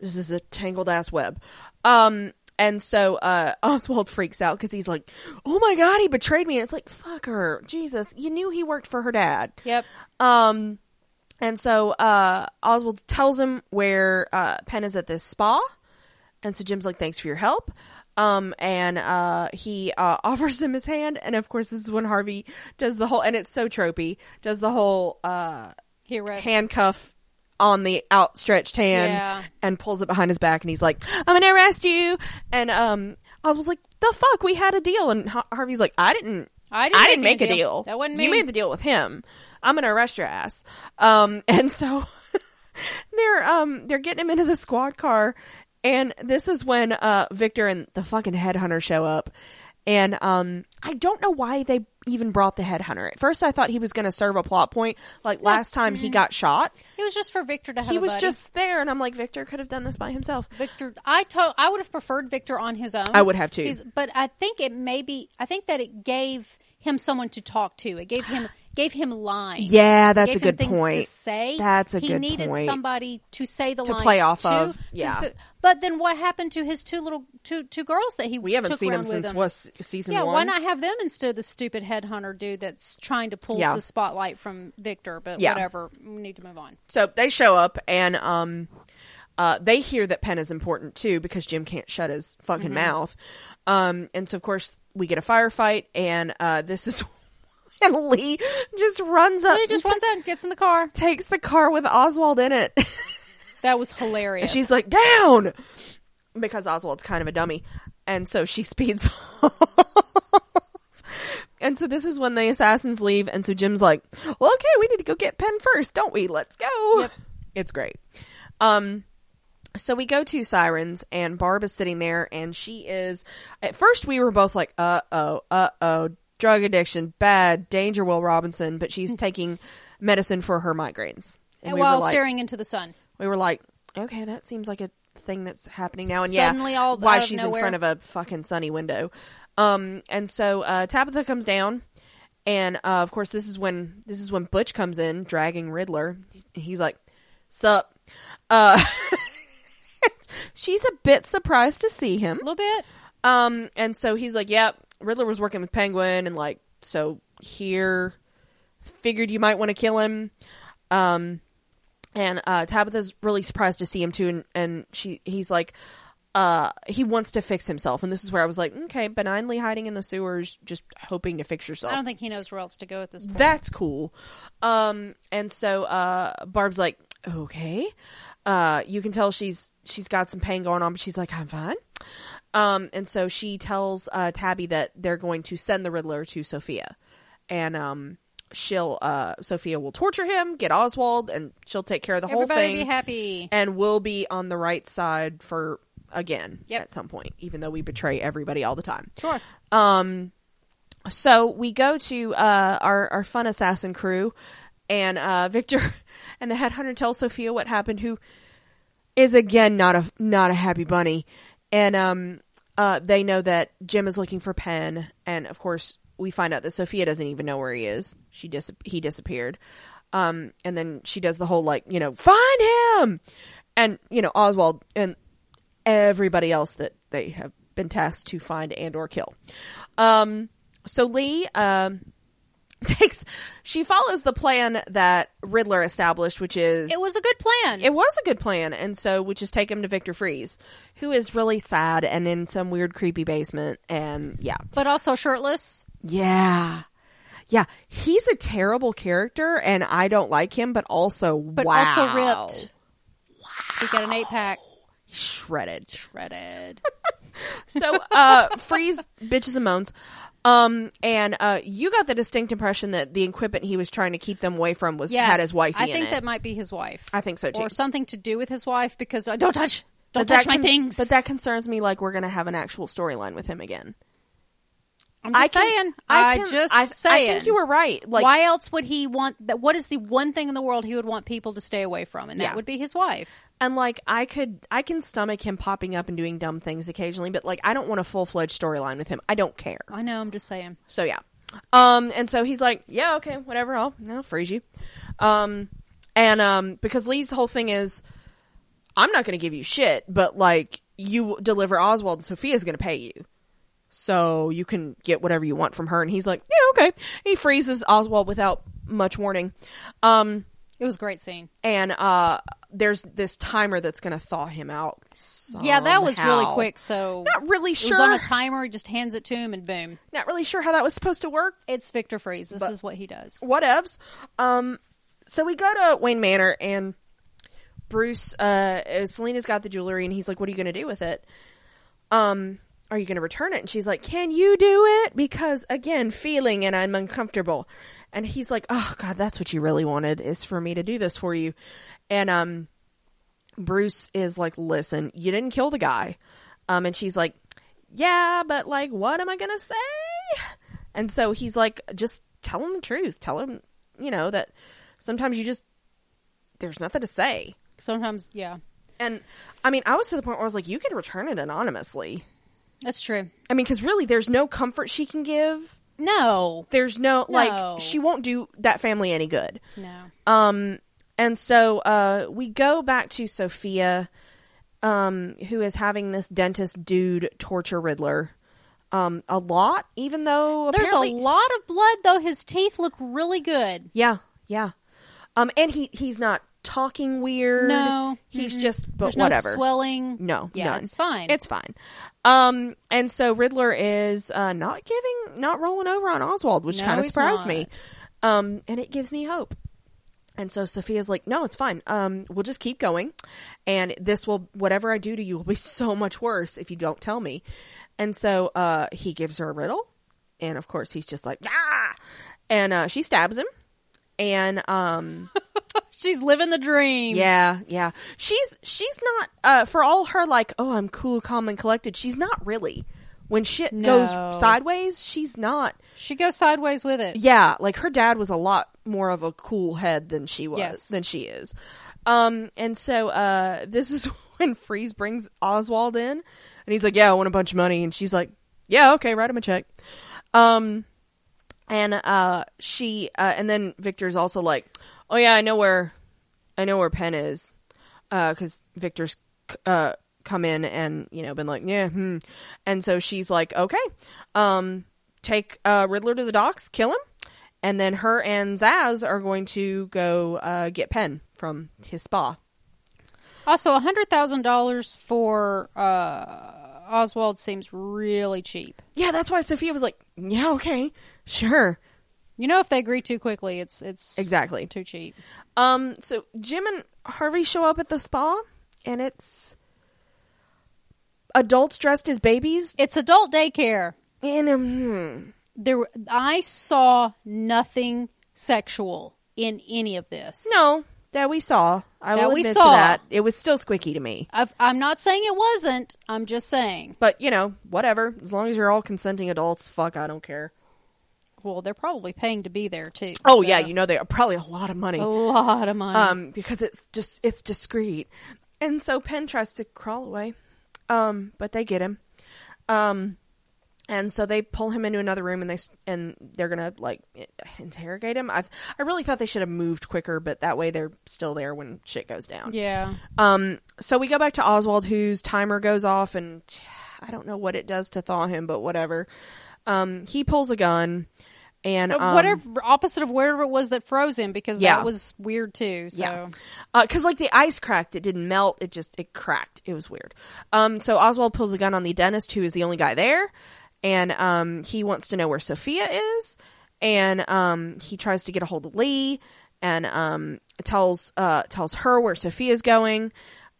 [SPEAKER 1] This is a tangled ass web. Um, and so uh, Oswald freaks out because he's like, "Oh my god, he betrayed me!" And it's like, "Fuck her, Jesus! You knew he worked for her dad."
[SPEAKER 2] Yep.
[SPEAKER 1] Um, and so uh, Oswald tells him where uh, Penn is at this spa, and so Jim's like, "Thanks for your help." Um, and uh, he uh, offers him his hand, and of course, this is when Harvey does the whole, and it's so tropey, does the whole uh,
[SPEAKER 2] Here rests.
[SPEAKER 1] handcuff on the outstretched hand
[SPEAKER 2] Yeah.
[SPEAKER 1] and pulls it behind his back, and he's like, "I'm gonna arrest you." And um, Oswald's like, "The fuck, we had a deal," and Har- Harvey's like, "I didn't."
[SPEAKER 2] I didn't,
[SPEAKER 1] I didn't make,
[SPEAKER 2] any
[SPEAKER 1] a deal.
[SPEAKER 2] That wasn't me.
[SPEAKER 1] You made the deal with him. I'm gonna arrest your ass. Um, and so they're um they're getting him into the squad car, and this is when uh Victor and the fucking headhunter show up, and um I don't know why they even brought the headhunter. At first, I thought he was going to serve a plot point. Like last time he got shot,
[SPEAKER 2] It was just for Victor to have.
[SPEAKER 1] he
[SPEAKER 2] Mm-hmm. a
[SPEAKER 1] was
[SPEAKER 2] buddy.
[SPEAKER 1] just there, and I'm like, Victor could have done this by himself.
[SPEAKER 2] Victor. I to- I would have preferred Victor on his own.
[SPEAKER 1] I would have too.
[SPEAKER 2] He's- but I think it maybe I think that it gave him someone to talk to. It gave him gave him lines.
[SPEAKER 1] Yeah, that's
[SPEAKER 2] Gave
[SPEAKER 1] a
[SPEAKER 2] him
[SPEAKER 1] good
[SPEAKER 2] things
[SPEAKER 1] point.
[SPEAKER 2] To say
[SPEAKER 1] That's a
[SPEAKER 2] he
[SPEAKER 1] good
[SPEAKER 2] needed
[SPEAKER 1] point.
[SPEAKER 2] somebody to say the
[SPEAKER 1] To
[SPEAKER 2] lines
[SPEAKER 1] play off
[SPEAKER 2] to.
[SPEAKER 1] of,
[SPEAKER 2] 'Cause
[SPEAKER 1] yeah.
[SPEAKER 2] the- But then what happened to his two little two two girls that he
[SPEAKER 1] We haven't
[SPEAKER 2] took
[SPEAKER 1] seen him
[SPEAKER 2] around with
[SPEAKER 1] since
[SPEAKER 2] him?
[SPEAKER 1] what s- season
[SPEAKER 2] Yeah,
[SPEAKER 1] one?
[SPEAKER 2] why not have them instead of the stupid headhunter dude that's trying to pull
[SPEAKER 1] Yeah.
[SPEAKER 2] the spotlight from Victor? But
[SPEAKER 1] Yeah.
[SPEAKER 2] whatever, we need to move on.
[SPEAKER 1] So they show up and um uh they hear that Penn is important too because Jim can't shut his fucking
[SPEAKER 2] Mm-hmm.
[SPEAKER 1] mouth. Um and so of course we get a firefight and uh this is and Lee just runs up
[SPEAKER 2] He just
[SPEAKER 1] and
[SPEAKER 2] runs out and gets in the car.
[SPEAKER 1] takes the car with Oswald in it.
[SPEAKER 2] That was hilarious.
[SPEAKER 1] She's like, "Down!" because Oswald's kind of a dummy. And so she speeds off. And so this is when the assassins leave, and so Jim's like, "Well, okay, we need to go get Penn first, don't we? Let's go."
[SPEAKER 2] Yep.
[SPEAKER 1] It's great. Um, so we go to Sirens, and Barb is sitting there, and she is. At first, we were both like, "Uh oh, uh oh, drug addiction, bad danger." Will Robinson, but she's taking medicine for her migraines,
[SPEAKER 2] And
[SPEAKER 1] were
[SPEAKER 2] while
[SPEAKER 1] like-
[SPEAKER 2] staring into the sun.
[SPEAKER 1] we were like, okay, that seems like a thing that's happening now. And
[SPEAKER 2] Suddenly
[SPEAKER 1] yeah,
[SPEAKER 2] all
[SPEAKER 1] why
[SPEAKER 2] out of
[SPEAKER 1] she's
[SPEAKER 2] nowhere.
[SPEAKER 1] in front of a fucking sunny window. Um, and so uh, Tabitha comes down, and uh, of course this is when this is when Butch comes in dragging Riddler. He's like, "Sup?" Uh, she's a bit surprised to see him.
[SPEAKER 2] A little bit.
[SPEAKER 1] Um, and so he's like, "Yep, Riddler was working with Penguin, and like, so here, figured you might want to kill him." Um, and uh, Tabitha's really surprised to see him too, and, and she he's like, uh, he wants to fix himself, and this is where I was like, okay, benignly hiding in the sewers, just hoping to fix yourself.
[SPEAKER 2] I don't think he knows where else to go at this point.
[SPEAKER 1] That's cool. Um, and so uh, Barb's like, okay. Uh, you can tell she's she's got some pain going on, but she's like, I'm fine. Um, and so she tells uh, Tabby that they're going to send the Riddler to Sophia, and um, she'll uh, Sophia will torture him, get Oswald, and she'll take care of the whole
[SPEAKER 2] Everybody
[SPEAKER 1] thing
[SPEAKER 2] be happy.
[SPEAKER 1] and we'll be on the right side for again
[SPEAKER 2] Yep.
[SPEAKER 1] at some point even though we betray everybody all the time
[SPEAKER 2] Sure.
[SPEAKER 1] so we go to uh, our our fun assassin crew and uh, victor and the headhunter tells sophia what happened who is again not a not a happy bunny and um uh they know that jim is looking for penn and of course we find out that sophia doesn't even know where he is she dis- he disappeared um and then she does the whole like you know find him and you know oswald and everybody else that they have been tasked to find and or kill um so lee um takes she follows the plan that riddler established which is
[SPEAKER 2] It was a good plan.
[SPEAKER 1] it was a good plan, and so which is take him to Victor Freeze, who is really sad and in some weird creepy basement, and yeah,
[SPEAKER 2] but also shirtless.
[SPEAKER 1] yeah, yeah. He's a terrible character, and I don't like him, but also
[SPEAKER 2] But
[SPEAKER 1] wow,
[SPEAKER 2] also ripped. He got an eight pack.
[SPEAKER 1] shredded.
[SPEAKER 2] Shredded.
[SPEAKER 1] So uh, Freeze bitches and moans. Um and uh you got the distinct impression that the equipment he was trying to keep them away from was
[SPEAKER 2] Yes.
[SPEAKER 1] had his wife
[SPEAKER 2] I
[SPEAKER 1] in
[SPEAKER 2] think
[SPEAKER 1] it.
[SPEAKER 2] that might be his wife.
[SPEAKER 1] I think so too.
[SPEAKER 2] Or something to do with his wife because uh, don't touch. Don't
[SPEAKER 1] But that
[SPEAKER 2] touch my
[SPEAKER 1] con-
[SPEAKER 2] things.
[SPEAKER 1] But that concerns me like we're gonna have an actual storyline with him again.
[SPEAKER 2] I'm just
[SPEAKER 1] can-
[SPEAKER 2] saying.
[SPEAKER 1] I, can-
[SPEAKER 2] just
[SPEAKER 1] I,
[SPEAKER 2] saying.
[SPEAKER 1] I think you were right. Like,
[SPEAKER 2] Why else would he want that? What is the one thing in the world he would want people to stay away from? And
[SPEAKER 1] Yeah.
[SPEAKER 2] that would be his wife.
[SPEAKER 1] and like, I could, I can stomach him popping up and doing dumb things occasionally, but like, I don't want a full fledged storyline with him. I don't care.
[SPEAKER 2] I know. I'm just saying.
[SPEAKER 1] So yeah. Um, and so he's like, yeah, okay, whatever. I'll, I'll freeze you. Um, and um, because Lee's whole thing is, I'm not going to give you shit, but like, you deliver Oswald and Sophia's going to pay you. So you can get whatever you want from her. And he's like, yeah, okay. He freezes Oswald without much warning. Um,
[SPEAKER 2] It was a great scene.
[SPEAKER 1] and uh there's this timer that's going to thaw him out.
[SPEAKER 2] Yeah, that was really
[SPEAKER 1] somehow.
[SPEAKER 2] quick. So
[SPEAKER 1] Not really
[SPEAKER 2] It was on
[SPEAKER 1] sure.
[SPEAKER 2] a timer. He just hands it to him, and boom,
[SPEAKER 1] not really sure how that was supposed to work.
[SPEAKER 2] it's Victor Freeze. This
[SPEAKER 1] But-
[SPEAKER 2] is what he does.
[SPEAKER 1] Whatevs. Um so we go to Wayne Manor and Bruce uh uh, Selena's got the jewelry and he's like what are you going to do with it? Um are you going to return it? And she's like, "Can you do it?" Because again, feeling and I'm uncomfortable. And he's like, "Oh god, that's what you really wanted is for me to do this for you." And um Bruce is like, listen, you didn't kill the guy. Um, and she's like, yeah, but like, what am I going to say? And so he's like, just tell him the truth. Tell him, you know, that sometimes you just, there's nothing to say.
[SPEAKER 2] Sometimes, yeah,
[SPEAKER 1] And I mean, I was to the point where I was like, you can return it anonymously.
[SPEAKER 2] that's true.
[SPEAKER 1] I mean, because really, there's no comfort she can give.
[SPEAKER 2] No,
[SPEAKER 1] There's no,
[SPEAKER 2] No.
[SPEAKER 1] like, she won't do that family any good.
[SPEAKER 2] no.
[SPEAKER 1] Um, and so uh, we go back to Sophia, um, who is having this dentist dude torture Riddler um, a lot, even though
[SPEAKER 2] There's a
[SPEAKER 1] apparently,
[SPEAKER 2] lot of blood, though. His teeth look really good.
[SPEAKER 1] yeah, yeah, um, and he he's not talking weird.
[SPEAKER 2] No.
[SPEAKER 1] he's just but
[SPEAKER 2] There's
[SPEAKER 1] whatever.
[SPEAKER 2] no swelling.
[SPEAKER 1] no,
[SPEAKER 2] yeah,
[SPEAKER 1] none.
[SPEAKER 2] it's fine.
[SPEAKER 1] It's fine. Um, and so Riddler is uh, not giving, not rolling over on Oswald, which
[SPEAKER 2] No,
[SPEAKER 1] kind of
[SPEAKER 2] he's
[SPEAKER 1] surprised me.
[SPEAKER 2] not.
[SPEAKER 1] Um, and it gives me hope. And so Sophia's like, "No, it's fine. Um, we'll just keep going, and this will whatever I do to you will be so much worse if you don't tell me." And so uh, he gives her a riddle, and of course he's just like, "Ah!" And uh, she stabs him, and um,
[SPEAKER 2] she's living the dream.
[SPEAKER 1] yeah, yeah. She's she's not uh for all her like, oh, I'm cool, calm and collected. She's not really. When shit
[SPEAKER 2] No.
[SPEAKER 1] goes sideways, she's not.
[SPEAKER 2] she goes sideways with it.
[SPEAKER 1] Yeah, like her dad was a lot more of a cool head than she was
[SPEAKER 2] Yes.
[SPEAKER 1] than she is. Um and so uh this is when Freeze brings Oswald in and he's like, "Yeah, I want a bunch of money." And she's like, "Yeah, okay, write him a check." Um and uh she uh and then Victor's also like, "Oh yeah, I know where I know where Penn is, because Victor's c- uh, come in and you know been like, yeah, hmm. and so she's like, okay, um, take uh, Riddler to the docks, kill him, and then her and Zaz are going to go uh, get Penn from his spa.
[SPEAKER 2] Also, hundred thousand dollars for uh, Oswald seems really cheap.
[SPEAKER 1] Yeah, that's why Sophia was like, yeah, okay, sure,
[SPEAKER 2] You know, if they agree too quickly, it's it's
[SPEAKER 1] exactly.
[SPEAKER 2] too cheap.
[SPEAKER 1] Um, so Jim and Harvey show up at the spa, and it's adults dressed as babies.
[SPEAKER 2] It's adult daycare.
[SPEAKER 1] In a, hmm.
[SPEAKER 2] There, I saw nothing sexual in any of this.
[SPEAKER 1] No, that we saw. I
[SPEAKER 2] That
[SPEAKER 1] will
[SPEAKER 2] we
[SPEAKER 1] admit
[SPEAKER 2] saw.
[SPEAKER 1] to that. It was still squeaky to me.
[SPEAKER 2] I've, I'm not saying it wasn't. I'm just saying.
[SPEAKER 1] But, you know, whatever. As long as you're all consenting adults, fuck, I don't care.
[SPEAKER 2] Well, they're probably paying to be there too.
[SPEAKER 1] Oh,
[SPEAKER 2] so-
[SPEAKER 1] yeah, you know, they are probably a lot of money.
[SPEAKER 2] a lot of money.
[SPEAKER 1] Um, because it's just, it's discreet. And so Penn tries to crawl away. Um, but they get him. Um, and so they pull him into another room and they, s- and they're gonna, like, i- interrogate him. I've, I really thought they should have moved quicker, but that way they're still there when shit goes down.
[SPEAKER 2] yeah,
[SPEAKER 1] Um, so we go back to Oswald, whose timer goes off, and I don't know what it does to thaw him, but whatever. Um, he pulls a gun, and um,
[SPEAKER 2] whatever opposite of wherever it was that froze him because
[SPEAKER 1] Yeah.
[SPEAKER 2] that was weird too. So
[SPEAKER 1] Yeah, because like the ice cracked, it didn't melt; it just it cracked. It was weird. Um, so Oswald pulls a gun on the dentist, who is the only guy there, and um, he wants to know where Sophia is, and um, he tries to get a hold of Lee, and um, tells uh tells her where Sophia's going,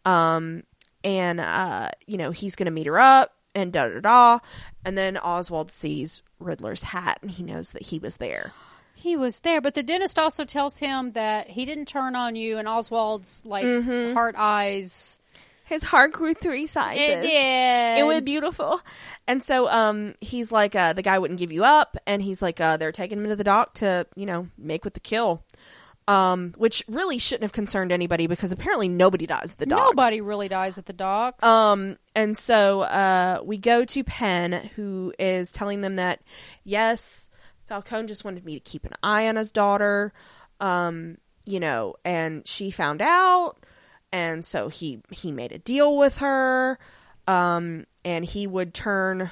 [SPEAKER 1] um, and uh, you know he's gonna meet her up, and da da da, and then Oswald sees Riddler's hat, and he knows that he was there.
[SPEAKER 2] he was there, but the dentist also tells him that he didn't turn on you, and Oswald's like
[SPEAKER 1] Mm-hmm.
[SPEAKER 2] heart eyes.
[SPEAKER 1] His heart grew three sizes.
[SPEAKER 2] It did.
[SPEAKER 1] it was beautiful and so um he's like uh the guy wouldn't give you up and he's like uh they're taking him to the dock to you know make with the kill um which really shouldn't have concerned anybody because apparently nobody dies at the docks
[SPEAKER 2] Nobody really dies at the docks.
[SPEAKER 1] um and so uh we go to penn who is telling them that yes falcone just wanted me to keep an eye on his daughter um you know and she found out and so he he made a deal with her um and he would turn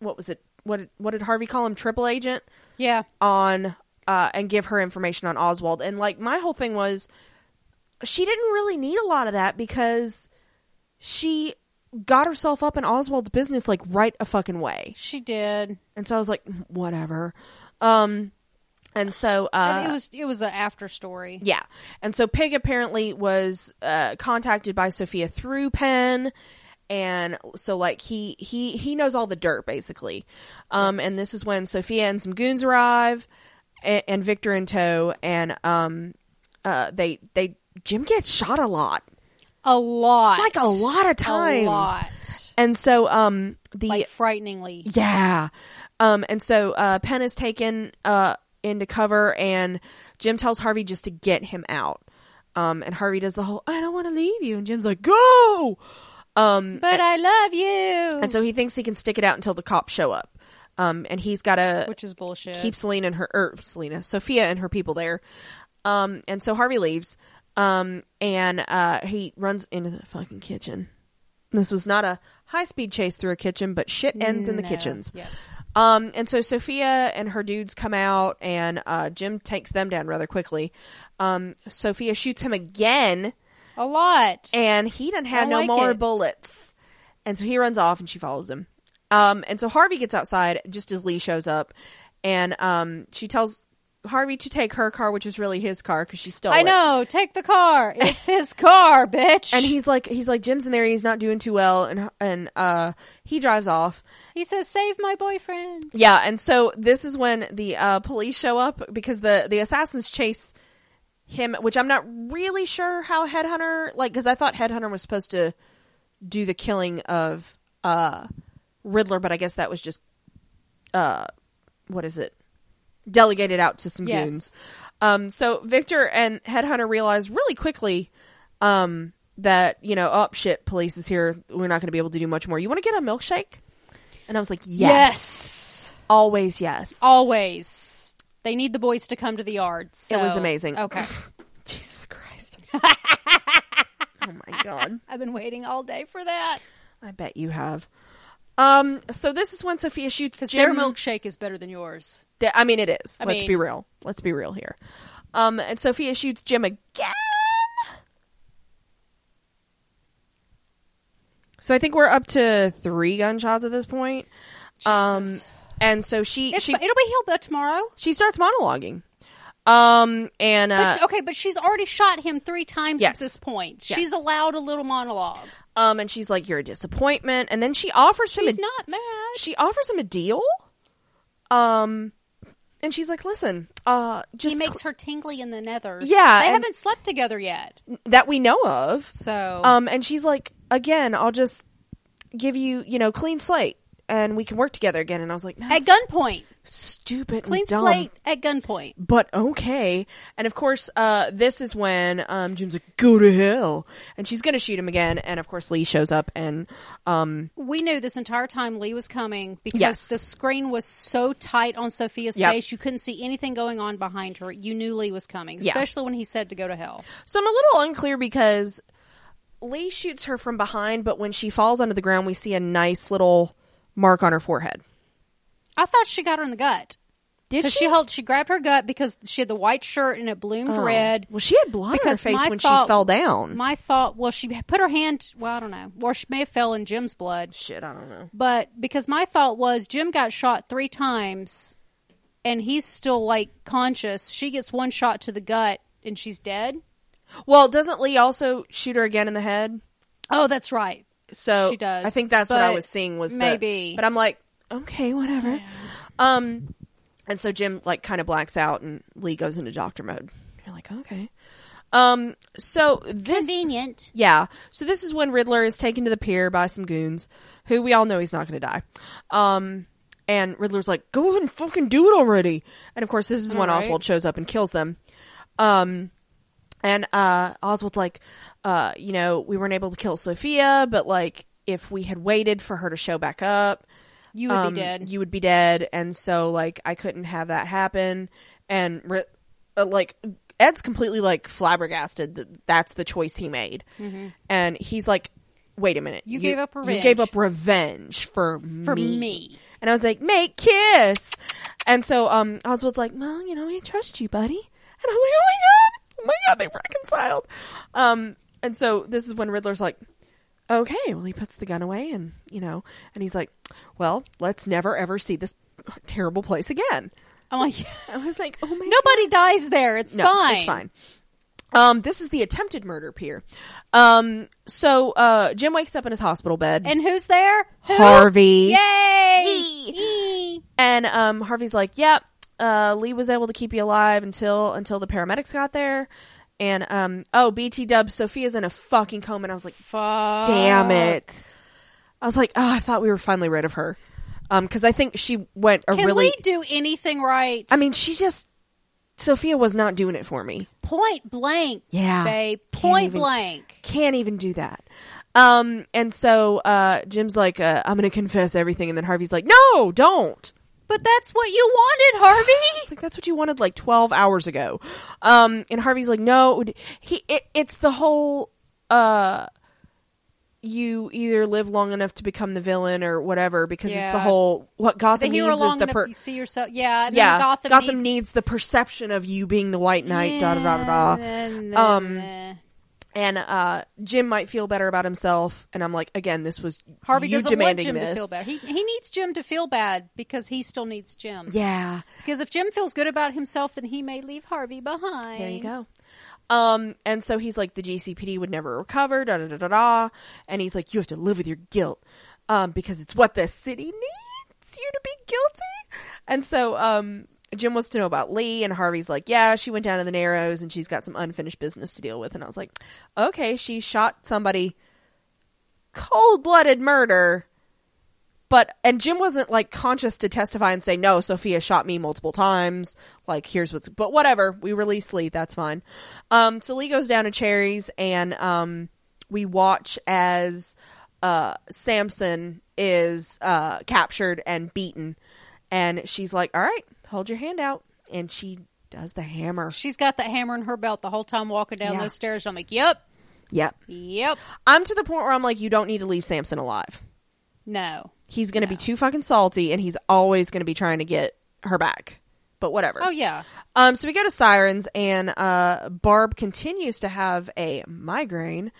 [SPEAKER 1] what was it what did- what did harvey call him triple agent
[SPEAKER 2] yeah,
[SPEAKER 1] on uh, and give her information on Oswald. And like my whole thing was, she didn't really need a lot of that because she got herself up in Oswald's business like right a fucking way.
[SPEAKER 2] she did.
[SPEAKER 1] And so I was like, "Mm, whatever. Um, and so uh,
[SPEAKER 2] it was it was an after story.
[SPEAKER 1] yeah. And so Pig apparently was uh, contacted by Sophia through Penn. And so, like he he he knows all the dirt basically, um, and this is when Sophia and some goons arrive, and, and Victor in tow, and um, uh, they they Jim gets shot a lot,
[SPEAKER 2] A lot,
[SPEAKER 1] like a lot of
[SPEAKER 2] a
[SPEAKER 1] times,
[SPEAKER 2] lot,
[SPEAKER 1] and so um the
[SPEAKER 2] like frighteningly.
[SPEAKER 1] yeah. Um, and so uh, Penn is taken uh, into cover, and Jim tells Harvey just to get him out. Um, and Harvey does the whole "I don't want to leave you," and Jim's like, "Go!" Um,
[SPEAKER 2] But I love you.
[SPEAKER 1] and so he thinks he can stick it out until the cops show up. Um, and he's got to
[SPEAKER 2] which is bullshit.
[SPEAKER 1] keep Selena and her er, Selena, Sophia and her people there. Um, and so Harvey leaves. Um, and uh, he runs into the fucking kitchen. This was not a high speed chase through a kitchen, but shit ends in the
[SPEAKER 2] No.
[SPEAKER 1] kitchens.
[SPEAKER 2] Yes.
[SPEAKER 1] Um, and so Sophia and her dudes come out, and uh, Jim takes them down rather quickly. Um, Sophia shoots him again,
[SPEAKER 2] A lot.
[SPEAKER 1] and he doesn't have
[SPEAKER 2] I
[SPEAKER 1] no
[SPEAKER 2] like
[SPEAKER 1] more
[SPEAKER 2] it.
[SPEAKER 1] bullets. And so he runs off and she follows him. Um, and so Harvey gets outside just as Lee shows up and um, she tells Harvey to take her car, which is really his car because she stole
[SPEAKER 2] I
[SPEAKER 1] it.
[SPEAKER 2] know. Take the car. It's his car, bitch.
[SPEAKER 1] And he's like, he's like, Jim's in there and he's not doing too well. And, and, uh, he drives off.
[SPEAKER 2] he says, "Save my boyfriend."
[SPEAKER 1] Yeah. And so this is when the, uh, police show up because the, the assassins chase him, which I'm not really sure how Headhunter, like, cause I thought Headhunter was supposed to do the killing of, uh, Riddler, but I guess that was just, uh, what is it? Delegated out to some
[SPEAKER 2] Yes.
[SPEAKER 1] goons. Um, so Victor and Headhunter realize really quickly um, that, you know, oh shit, police is here. We're not going to be able to do much more. You want to get a milkshake? And I was like, yes,
[SPEAKER 2] Yes.
[SPEAKER 1] always yes.
[SPEAKER 2] Always. They need the boys to come to the yard. So.
[SPEAKER 1] It was amazing.
[SPEAKER 2] Okay. Oh,
[SPEAKER 1] Jesus Christ. oh my God.
[SPEAKER 2] I've been waiting all day for that.
[SPEAKER 1] I bet you have. Um, so this is when Sophia shoots
[SPEAKER 2] Because
[SPEAKER 1] Jim.
[SPEAKER 2] their milkshake is better than yours.
[SPEAKER 1] Th- I mean, it is.
[SPEAKER 2] I
[SPEAKER 1] Let's
[SPEAKER 2] mean-
[SPEAKER 1] be real. Let's be real here. Um, and Sophia shoots Jim again. So I think we're up to three gunshots at this point. Um,
[SPEAKER 2] Jesus.
[SPEAKER 1] and so she
[SPEAKER 2] It's,
[SPEAKER 1] she
[SPEAKER 2] fi- it'll be healed by tomorrow.
[SPEAKER 1] she starts monologuing. Um, and uh,
[SPEAKER 2] But, okay, but she's already shot him three times
[SPEAKER 1] Yes.
[SPEAKER 2] at this point.
[SPEAKER 1] Yes.
[SPEAKER 2] She's allowed a little monologue.
[SPEAKER 1] um, and she's like, "You're a disappointment." And then she offers him a
[SPEAKER 2] He's not mad.
[SPEAKER 1] she offers him a deal. Um, and she's like, "Listen, uh,
[SPEAKER 2] He
[SPEAKER 1] just
[SPEAKER 2] makes her tingly in the nethers.
[SPEAKER 1] Yeah,
[SPEAKER 2] They
[SPEAKER 1] and-
[SPEAKER 2] haven't slept together yet.
[SPEAKER 1] cl- that we know of."
[SPEAKER 2] So
[SPEAKER 1] Um, and she's like, again, I'll just give you, you know, clean slate, and we can work together again. And I was like,
[SPEAKER 2] at
[SPEAKER 1] that's
[SPEAKER 2] gunpoint.
[SPEAKER 1] stupid, and
[SPEAKER 2] Clean
[SPEAKER 1] dumb,
[SPEAKER 2] slate at gunpoint.
[SPEAKER 1] but okay. And of course, uh, this is when um, Jim's like, go to hell, and she's gonna shoot him again. And of course, Lee shows up, and um,
[SPEAKER 2] We knew this entire time Lee was coming because
[SPEAKER 1] Yes.
[SPEAKER 2] the screen was so tight on Sophia's
[SPEAKER 1] Yep.
[SPEAKER 2] face you couldn't see anything going on behind her. You knew Lee was coming,
[SPEAKER 1] Yeah.
[SPEAKER 2] especially when he said to go to hell.
[SPEAKER 1] so I'm a little unclear because Lee shoots her from behind, but when she falls onto the ground, we see a nice little mark on her forehead.
[SPEAKER 2] I thought she got her in the gut.
[SPEAKER 1] Did she? Oh.
[SPEAKER 2] Because she held, she grabbed her gut because she had the white shirt and it bloomed red.
[SPEAKER 1] Well, she had blood on her
[SPEAKER 2] Because
[SPEAKER 1] face
[SPEAKER 2] my
[SPEAKER 1] when she
[SPEAKER 2] thought-
[SPEAKER 1] fell down.
[SPEAKER 2] My thought, well, she put her hand. Well, I don't know, or she may have fell in Jim's blood.
[SPEAKER 1] Shit, I don't know.
[SPEAKER 2] But because my thought was, Jim got shot three times, and he's still like conscious. She gets one shot to the gut, and she's dead.
[SPEAKER 1] Well, doesn't Lee also shoot her again in the head?
[SPEAKER 2] Oh, that's right.
[SPEAKER 1] So
[SPEAKER 2] She does,
[SPEAKER 1] I think that's what I
[SPEAKER 2] but
[SPEAKER 1] was seeing was the-
[SPEAKER 2] maybe.
[SPEAKER 1] but I'm like, okay, whatever. Um, and so Jim like kind of blacks out, and Lee goes into doctor mode. You're like, okay. Um, so this,
[SPEAKER 2] Convenient.
[SPEAKER 1] yeah, so this is when Riddler is taken to the pier by some goons, who we all know he's not going to die. Um, and Riddler's like, go ahead and fucking do it already. And of course, this is when
[SPEAKER 2] All right.
[SPEAKER 1] Oswald shows up and kills them. Um, and uh, Oswald's like, uh, you know, we weren't able to kill Sophia, but like, if we had waited for her to show back up,
[SPEAKER 2] You would
[SPEAKER 1] um,
[SPEAKER 2] be dead.
[SPEAKER 1] You would be dead. And so, like, I couldn't have that happen. And Ri- uh, like, Ed's completely like flabbergasted that that's the choice he made. And he's like, wait a minute,
[SPEAKER 2] Mm-hmm. You gave up
[SPEAKER 1] You
[SPEAKER 2] revenge.
[SPEAKER 1] gave up revenge for
[SPEAKER 2] for
[SPEAKER 1] me.
[SPEAKER 2] me.
[SPEAKER 1] And I was like, "Make kiss." And so um Oswald's like, "Well, you know, we trust you, buddy." And I was like, "Oh my god, oh my god, they reconciled." Um, and so this is when Riddler's like, "Okay, well, he puts the gun away, and you know, and he's like, well, let's never ever see this terrible place again."
[SPEAKER 2] I'm like,
[SPEAKER 1] I was like, "Oh my
[SPEAKER 2] Oh nobody dies there. It's
[SPEAKER 1] no,
[SPEAKER 2] fine.
[SPEAKER 1] It's fine. Um, this is the attempted murder pier. Um, so uh, Jim wakes up in his hospital bed.
[SPEAKER 2] And who's there? Who?
[SPEAKER 1] Harvey.
[SPEAKER 2] Yay! Yee.
[SPEAKER 1] And um, Harvey's like, "Yep, uh, Lee was able to keep you alive until until the paramedics got there." And um, oh, BT Dub, Sophia's in a fucking coma, and I was like,
[SPEAKER 2] Fuck.
[SPEAKER 1] "Ah, "Damn it!" I was like, "Oh, I thought we were finally rid of her." because I think she went a
[SPEAKER 2] Can
[SPEAKER 1] really.
[SPEAKER 2] we do anything right?
[SPEAKER 1] I mean, she just Sophia was not doing it for me.
[SPEAKER 2] point blank.
[SPEAKER 1] Yeah.
[SPEAKER 2] babe.
[SPEAKER 1] Can't
[SPEAKER 2] Point
[SPEAKER 1] even-
[SPEAKER 2] blank.
[SPEAKER 1] Can't even do that. Um, and so uh, Jim's like, uh, I'm going to confess everything, and then Harvey's like, No, don't.
[SPEAKER 2] But that's what you wanted,
[SPEAKER 1] It's
[SPEAKER 2] Harvey.
[SPEAKER 1] like that's what you wanted like 12 hours ago. Um and Harvey's like no, it would- he it, it's the whole uh you either live long enough to become the villain or whatever because it's the
[SPEAKER 2] Yeah.
[SPEAKER 1] whole what Gotham
[SPEAKER 2] That you were
[SPEAKER 1] needs is
[SPEAKER 2] long
[SPEAKER 1] the
[SPEAKER 2] enough
[SPEAKER 1] per-
[SPEAKER 2] you see yourself. Yeah, and then
[SPEAKER 1] yeah
[SPEAKER 2] Gotham,
[SPEAKER 1] Gotham needs-, the perception of you being the white knight da da da da da. Um,
[SPEAKER 2] um,
[SPEAKER 1] And uh Jim might feel better about himself and I'm like again this was
[SPEAKER 2] Harvey
[SPEAKER 1] you
[SPEAKER 2] doesn't want
[SPEAKER 1] demanding
[SPEAKER 2] Jim
[SPEAKER 1] this.
[SPEAKER 2] to feel bad. He he needs Jim to feel bad because he still needs Jim.
[SPEAKER 1] Yeah.
[SPEAKER 2] Because if Jim feels good about himself, then he may leave Harvey behind.
[SPEAKER 1] There you go. Um, and so he's like, the GCPD would never recover, da da da da da. And he's like, you have to live with your guilt, um, because it's what the city needs you to be guilty. And so, um, Jim wants to know about Lee, and Harvey's like, yeah, she went down to the Narrows and she's got some unfinished business to deal with. And I was like, okay, she shot somebody, cold blooded murder. But and Jim wasn't like conscious to testify and say no. Sophia shot me multiple times. Like here's what's but whatever. We release Lee. That's fine. Um, so Lee goes down to Cherries and um, we watch as uh, Samson is uh, captured and beaten. And she's like, "All right, hold your hand out," and she does the hammer.
[SPEAKER 2] She's got that hammer in her belt the whole time walking down
[SPEAKER 1] Yeah.
[SPEAKER 2] those stairs. I'm like, yep,
[SPEAKER 1] Yep.
[SPEAKER 2] yep,
[SPEAKER 1] I'm to the point where I'm like, you don't need to leave Samson alive.
[SPEAKER 2] no.
[SPEAKER 1] He's going to be too fucking salty, and he's always going to be trying to get her back. But whatever.
[SPEAKER 2] Oh yeah,
[SPEAKER 1] Um, so we go to Sirens, and uh, Barb continues to have a migraine.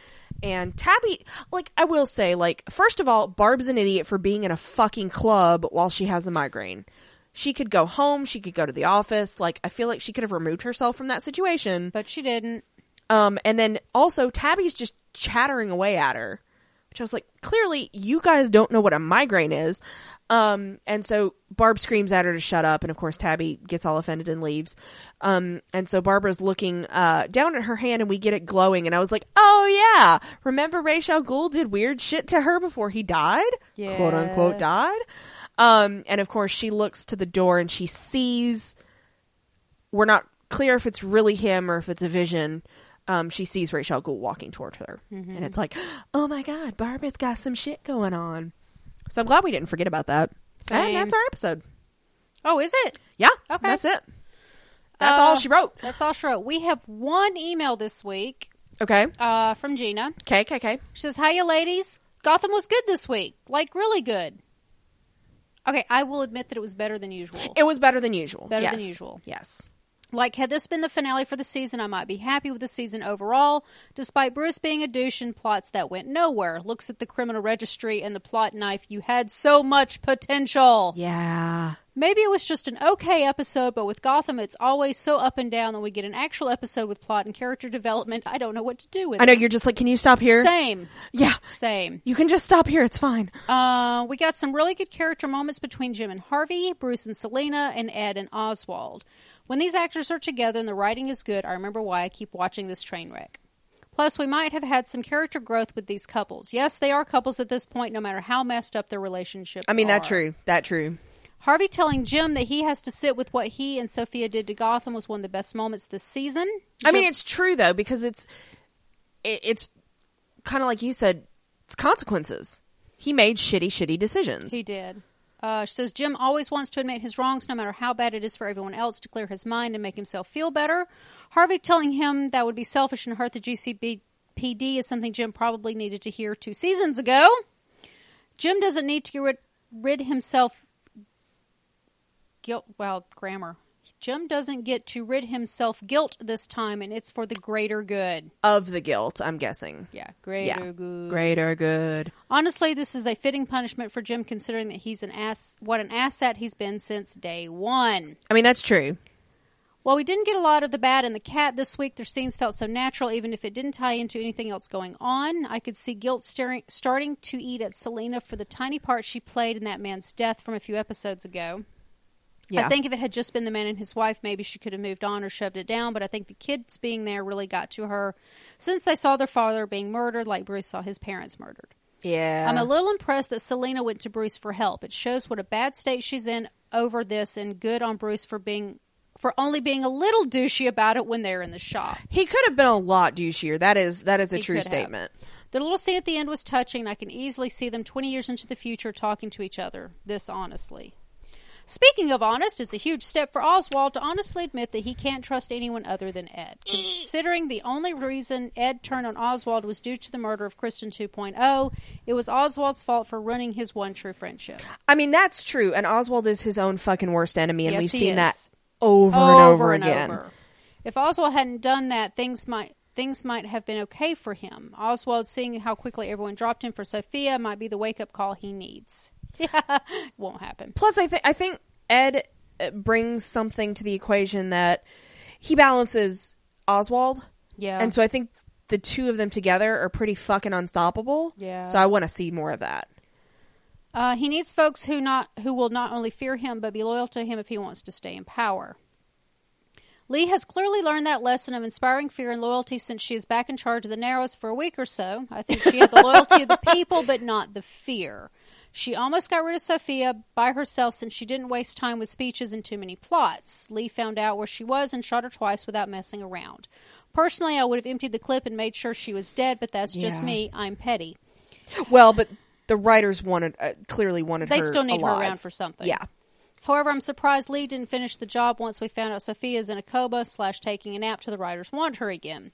[SPEAKER 1] And Tabby, like, I will say, like, first of all, Barb's an idiot for being in a fucking club while she has a migraine. She could go home, she could go to the office. Like, I feel like she could have removed herself from that situation.
[SPEAKER 2] but she didn't.
[SPEAKER 1] Um, and then also, Tabby's just chattering away at her, which I was like, clearly, you guys don't know what a migraine is. Um, and so Barb screams at her to shut up, and of course, Tabby gets all offended and leaves. Um, and so Barbara's looking uh, down at her hand, and we get it glowing, and I was like, oh yeah, remember Rachel Gould did weird shit to her before he died,
[SPEAKER 2] Yeah.
[SPEAKER 1] quote unquote died. Um, and of course, she looks to the door and she sees we're not clear if it's really him or if it's a vision. Um, she sees Rachel Gould walking toward her,
[SPEAKER 2] Mm-hmm.
[SPEAKER 1] and it's like, oh my god, Barbara's got some shit going on. So I'm glad we didn't forget about that.
[SPEAKER 2] Same.
[SPEAKER 1] And that's our episode.
[SPEAKER 2] Oh, is it?
[SPEAKER 1] Yeah,
[SPEAKER 2] Okay.
[SPEAKER 1] that's it. That's all
[SPEAKER 2] Uh,
[SPEAKER 1] she wrote.
[SPEAKER 2] That's all she wrote. We have one email this week
[SPEAKER 1] Okay,
[SPEAKER 2] uh, from Gina.
[SPEAKER 1] okay, okay, okay.
[SPEAKER 2] She says, Hiya, ladies. Gotham was good this week. Like, really good. Okay, I will admit that it was better than usual.
[SPEAKER 1] It was better than usual.
[SPEAKER 2] Better than
[SPEAKER 1] Yes.
[SPEAKER 2] usual.
[SPEAKER 1] Yes.
[SPEAKER 2] Like, had this been the finale for the season, I might be happy with the season overall, despite Bruce being a douche and plots that went nowhere. Looks at the criminal registry and the plot knife. You had so much potential.
[SPEAKER 1] Yeah.
[SPEAKER 2] Maybe it was just an okay episode, but with Gotham, it's always so up and down that we get an actual episode with plot and character development. I don't know what to do with
[SPEAKER 1] I know
[SPEAKER 2] it.
[SPEAKER 1] you're just like, can you stop here?
[SPEAKER 2] Same.
[SPEAKER 1] Yeah,
[SPEAKER 2] Same.
[SPEAKER 1] you can just stop here. It's fine.
[SPEAKER 2] Uh, we got some really good character moments between Jim and Harvey, Bruce and Selena, and Ed and Oswald. When these actors are together and the writing is good, I remember why I keep watching this train wreck. Plus, we might have had some character growth with these couples. Yes, they are couples at this point, no matter how messed up their relationships.
[SPEAKER 1] I mean, that
[SPEAKER 2] are.
[SPEAKER 1] true. That true.
[SPEAKER 2] Harvey telling Jim that he has to sit with what he and Sophia did to Gotham was one of the best moments this season.
[SPEAKER 1] I mean, it's true though because it's it, it's kind of like you said, it's consequences. He made shitty, shitty decisions.
[SPEAKER 2] He did. Uh, she says Jim always wants to admit his wrongs, no matter how bad it is for everyone else, to clear his mind and make himself feel better. Harvey telling him that would be selfish and hurt the GCPD is something Jim probably needed to hear two seasons ago. Jim doesn't need to get rid, rid himself. Guilt. Wow, grammar. Jim doesn't get to rid himself guilt this time, and it's for the greater good.
[SPEAKER 1] of the guilt, I'm guessing.
[SPEAKER 2] Yeah, greater good.
[SPEAKER 1] Greater good.
[SPEAKER 2] Honestly, this is a fitting punishment for Jim, considering that he's an ass. What an asset he's been since day one.
[SPEAKER 1] I mean, that's true.
[SPEAKER 2] While we didn't get a lot of the bat and the cat this week, their scenes felt so natural, even if it didn't tie into anything else going on. I could see guilt staring, starting to eat at Selena for the tiny part she played in that man's death from a few episodes ago.
[SPEAKER 1] Yeah.
[SPEAKER 2] I think if it had just been the man and his wife, maybe she could have moved on or shoved it down. But I think the kids being there really got to her since they saw their father being murdered, like Bruce saw his parents murdered.
[SPEAKER 1] Yeah.
[SPEAKER 2] I'm a little impressed that Selena went to Bruce for help. It shows what a bad state she's in over this and good on Bruce for being for only being a little douchey about it when they're in the shop.
[SPEAKER 1] he could have been a lot douchier. That is that is a
[SPEAKER 2] He
[SPEAKER 1] true
[SPEAKER 2] could have.
[SPEAKER 1] statement.
[SPEAKER 2] The little scene at the end was touching. and I can easily see them 20 years into the future talking to each other. This honestly. Speaking of honest, it's a huge step for Oswald to honestly admit that he can't trust anyone other than Ed. Considering the only reason Ed turned on Oswald was due to the murder of Kristen 2.0, it was Oswald's fault for ruining his one true friendship.
[SPEAKER 1] I mean, that's true. And Oswald is his own fucking worst enemy, and
[SPEAKER 2] Yes,
[SPEAKER 1] we've
[SPEAKER 2] he
[SPEAKER 1] seen that
[SPEAKER 2] is.
[SPEAKER 1] over, and over again.
[SPEAKER 2] If Oswald hadn't done that, things might things might have been okay for him. Oswald seeing how quickly everyone dropped him for Sophia might be the wake up call he needs. Won't happen.
[SPEAKER 1] Plus, I think I think Ed uh, brings something to the equation that he balances Oswald.
[SPEAKER 2] Yeah.
[SPEAKER 1] and so I think the two of them together are pretty fucking unstoppable.
[SPEAKER 2] Yeah.
[SPEAKER 1] So I want to see more of that.
[SPEAKER 2] Uh, he needs folks who not who will not only fear him but be loyal to him if he wants to stay in power. Lee has clearly learned that lesson of inspiring fear and loyalty since she is back in charge of the Narrows for a week or so. I think she had the loyalty of the people but not the fear. She almost got rid of Sophia by herself since she didn't waste time with speeches and too many plots. Lee found out where she was and shot her twice without messing around. Personally, I would have emptied the clip and made sure she was dead, but that's just
[SPEAKER 1] Yeah.
[SPEAKER 2] me. I'm petty.
[SPEAKER 1] Well, but the writers wanted uh, clearly wanted
[SPEAKER 2] They
[SPEAKER 1] her
[SPEAKER 2] still need
[SPEAKER 1] alive.
[SPEAKER 2] her around for something.
[SPEAKER 1] Yeah.
[SPEAKER 2] However, I'm surprised Lee didn't finish the job once we found out Sophia's in a coma slash taking a nap to the writers want her again.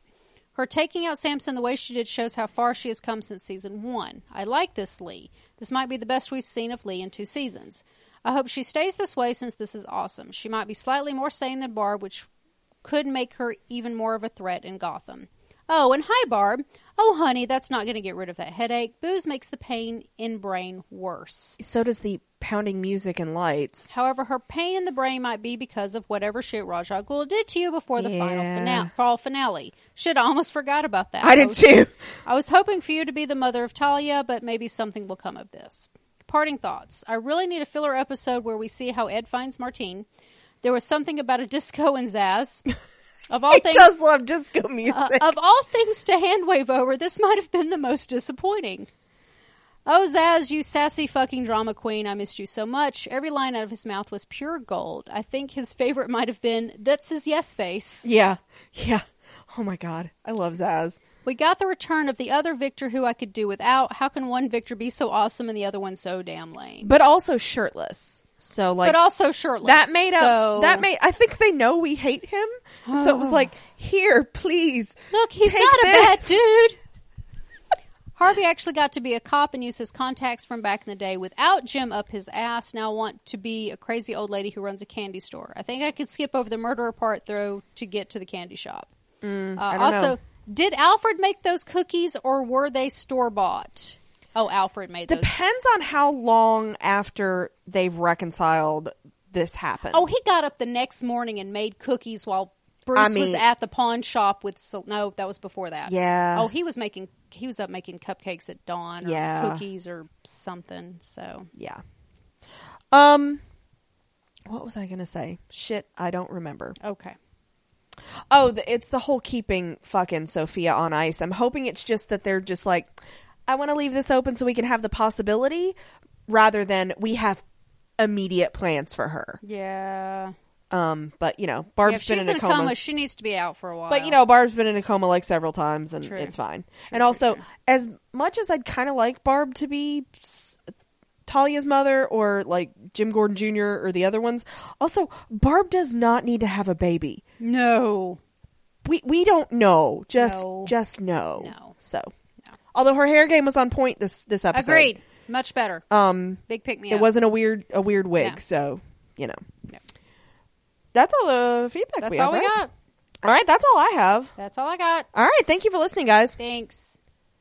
[SPEAKER 2] Her taking out Samson the way she did shows how far she has come since season one. I like this Lee. This might be the best we've seen of Lee in two seasons. I hope she stays this way since this is awesome. She might be slightly more sane than Barb, which could make her even more of a threat in Gotham. Oh, and hi, Barb. Oh, honey, that's not going to get rid of that headache. Booze makes the pain in brain worse.
[SPEAKER 1] So does the pounding music and lights.
[SPEAKER 2] However, her pain in the brain might be because of whatever shit Rajah Ghul did to you before the final
[SPEAKER 1] Yeah.
[SPEAKER 2] fina- fall finale. Shit, I almost forgot about that.
[SPEAKER 1] I did
[SPEAKER 2] was-
[SPEAKER 1] too.
[SPEAKER 2] I was hoping for you to be the mother of Talia, but maybe something will come of this. Parting thoughts. I really need a filler episode where we see how Ed finds Martine. There was something about a disco and Zaz. Of all
[SPEAKER 1] He
[SPEAKER 2] things,
[SPEAKER 1] does love
[SPEAKER 2] Uh,
[SPEAKER 1] disco music.
[SPEAKER 2] of all things to hand wave over, this might have been the most disappointing. Oh, Zaz, you sassy fucking drama queen. I missed you so much. Every line out of his mouth was pure gold. I think his favorite might have been, That's his yes face.
[SPEAKER 1] yeah. Yeah. Oh my god. I love Zaz.
[SPEAKER 2] We got the return of the other Victor who I could do without. How can one Victor be so awesome and the other one so damn lame?
[SPEAKER 1] But also shirtless. So like
[SPEAKER 2] but also shirtless.
[SPEAKER 1] that made
[SPEAKER 2] so- Oh.
[SPEAKER 1] up that made I think they know we hate him. And so it was like, here, please.
[SPEAKER 2] Look, he's
[SPEAKER 1] Take
[SPEAKER 2] not a bad
[SPEAKER 1] this.
[SPEAKER 2] dude. Harvey actually got to be a cop and use his contacts from back in the day without Jim up his ass. Now want to be a crazy old lady who runs a candy store. I think I could skip over the murderer part though to get to the candy shop. Uh,
[SPEAKER 1] don't
[SPEAKER 2] also,
[SPEAKER 1] know.
[SPEAKER 2] did Alfred make those cookies or were they store bought? Oh, Alfred made those.
[SPEAKER 1] Depends on how long after they've reconciled this happened.
[SPEAKER 2] Oh, he got up the next morning and made cookies while Bruce was
[SPEAKER 1] mean-
[SPEAKER 2] at the pawn shop with. Sel- No, that was before that.
[SPEAKER 1] Yeah.
[SPEAKER 2] Oh, he was making. He was up making cupcakes at dawn. Or
[SPEAKER 1] Yeah.
[SPEAKER 2] Cookies or something. So
[SPEAKER 1] yeah. Um what was I going to say? Shit, I don't remember.
[SPEAKER 2] okay.
[SPEAKER 1] Oh, the, it's the whole keeping fucking Sophia on ice. I'm hoping it's just that they're just like, I want to leave this open so we can have the possibility, rather than we have immediate plans for her.
[SPEAKER 2] Yeah.
[SPEAKER 1] Um, but you know, Barb's
[SPEAKER 2] if
[SPEAKER 1] been
[SPEAKER 2] she's
[SPEAKER 1] in a coma,
[SPEAKER 2] coma, she needs to be out for a while.
[SPEAKER 1] but you know, Barb's been in a coma like several times, and
[SPEAKER 2] True.
[SPEAKER 1] it's fine. and also, as much as I'd kind of like Barb to be. s- Talia's mother, or like Jim Gordon Jr., or the other ones. Also, Barb does not need to have a baby
[SPEAKER 2] no.
[SPEAKER 1] we we don't know. Just
[SPEAKER 2] No.
[SPEAKER 1] just know.
[SPEAKER 2] No.
[SPEAKER 1] So,
[SPEAKER 2] No.
[SPEAKER 1] although her hair game was on point this this episode,
[SPEAKER 2] Agreed. Much better.
[SPEAKER 1] Um,
[SPEAKER 2] Big pick me
[SPEAKER 1] it
[SPEAKER 2] up.
[SPEAKER 1] wasn't a weird a weird wig.
[SPEAKER 2] No.
[SPEAKER 1] So you know,
[SPEAKER 2] No.
[SPEAKER 1] that's all the feedback.
[SPEAKER 2] That's
[SPEAKER 1] we
[SPEAKER 2] all
[SPEAKER 1] have,
[SPEAKER 2] we
[SPEAKER 1] right?
[SPEAKER 2] got.
[SPEAKER 1] All right, that's all I have.
[SPEAKER 2] That's all I got.
[SPEAKER 1] All right, thank you for listening, guys.
[SPEAKER 2] Thanks.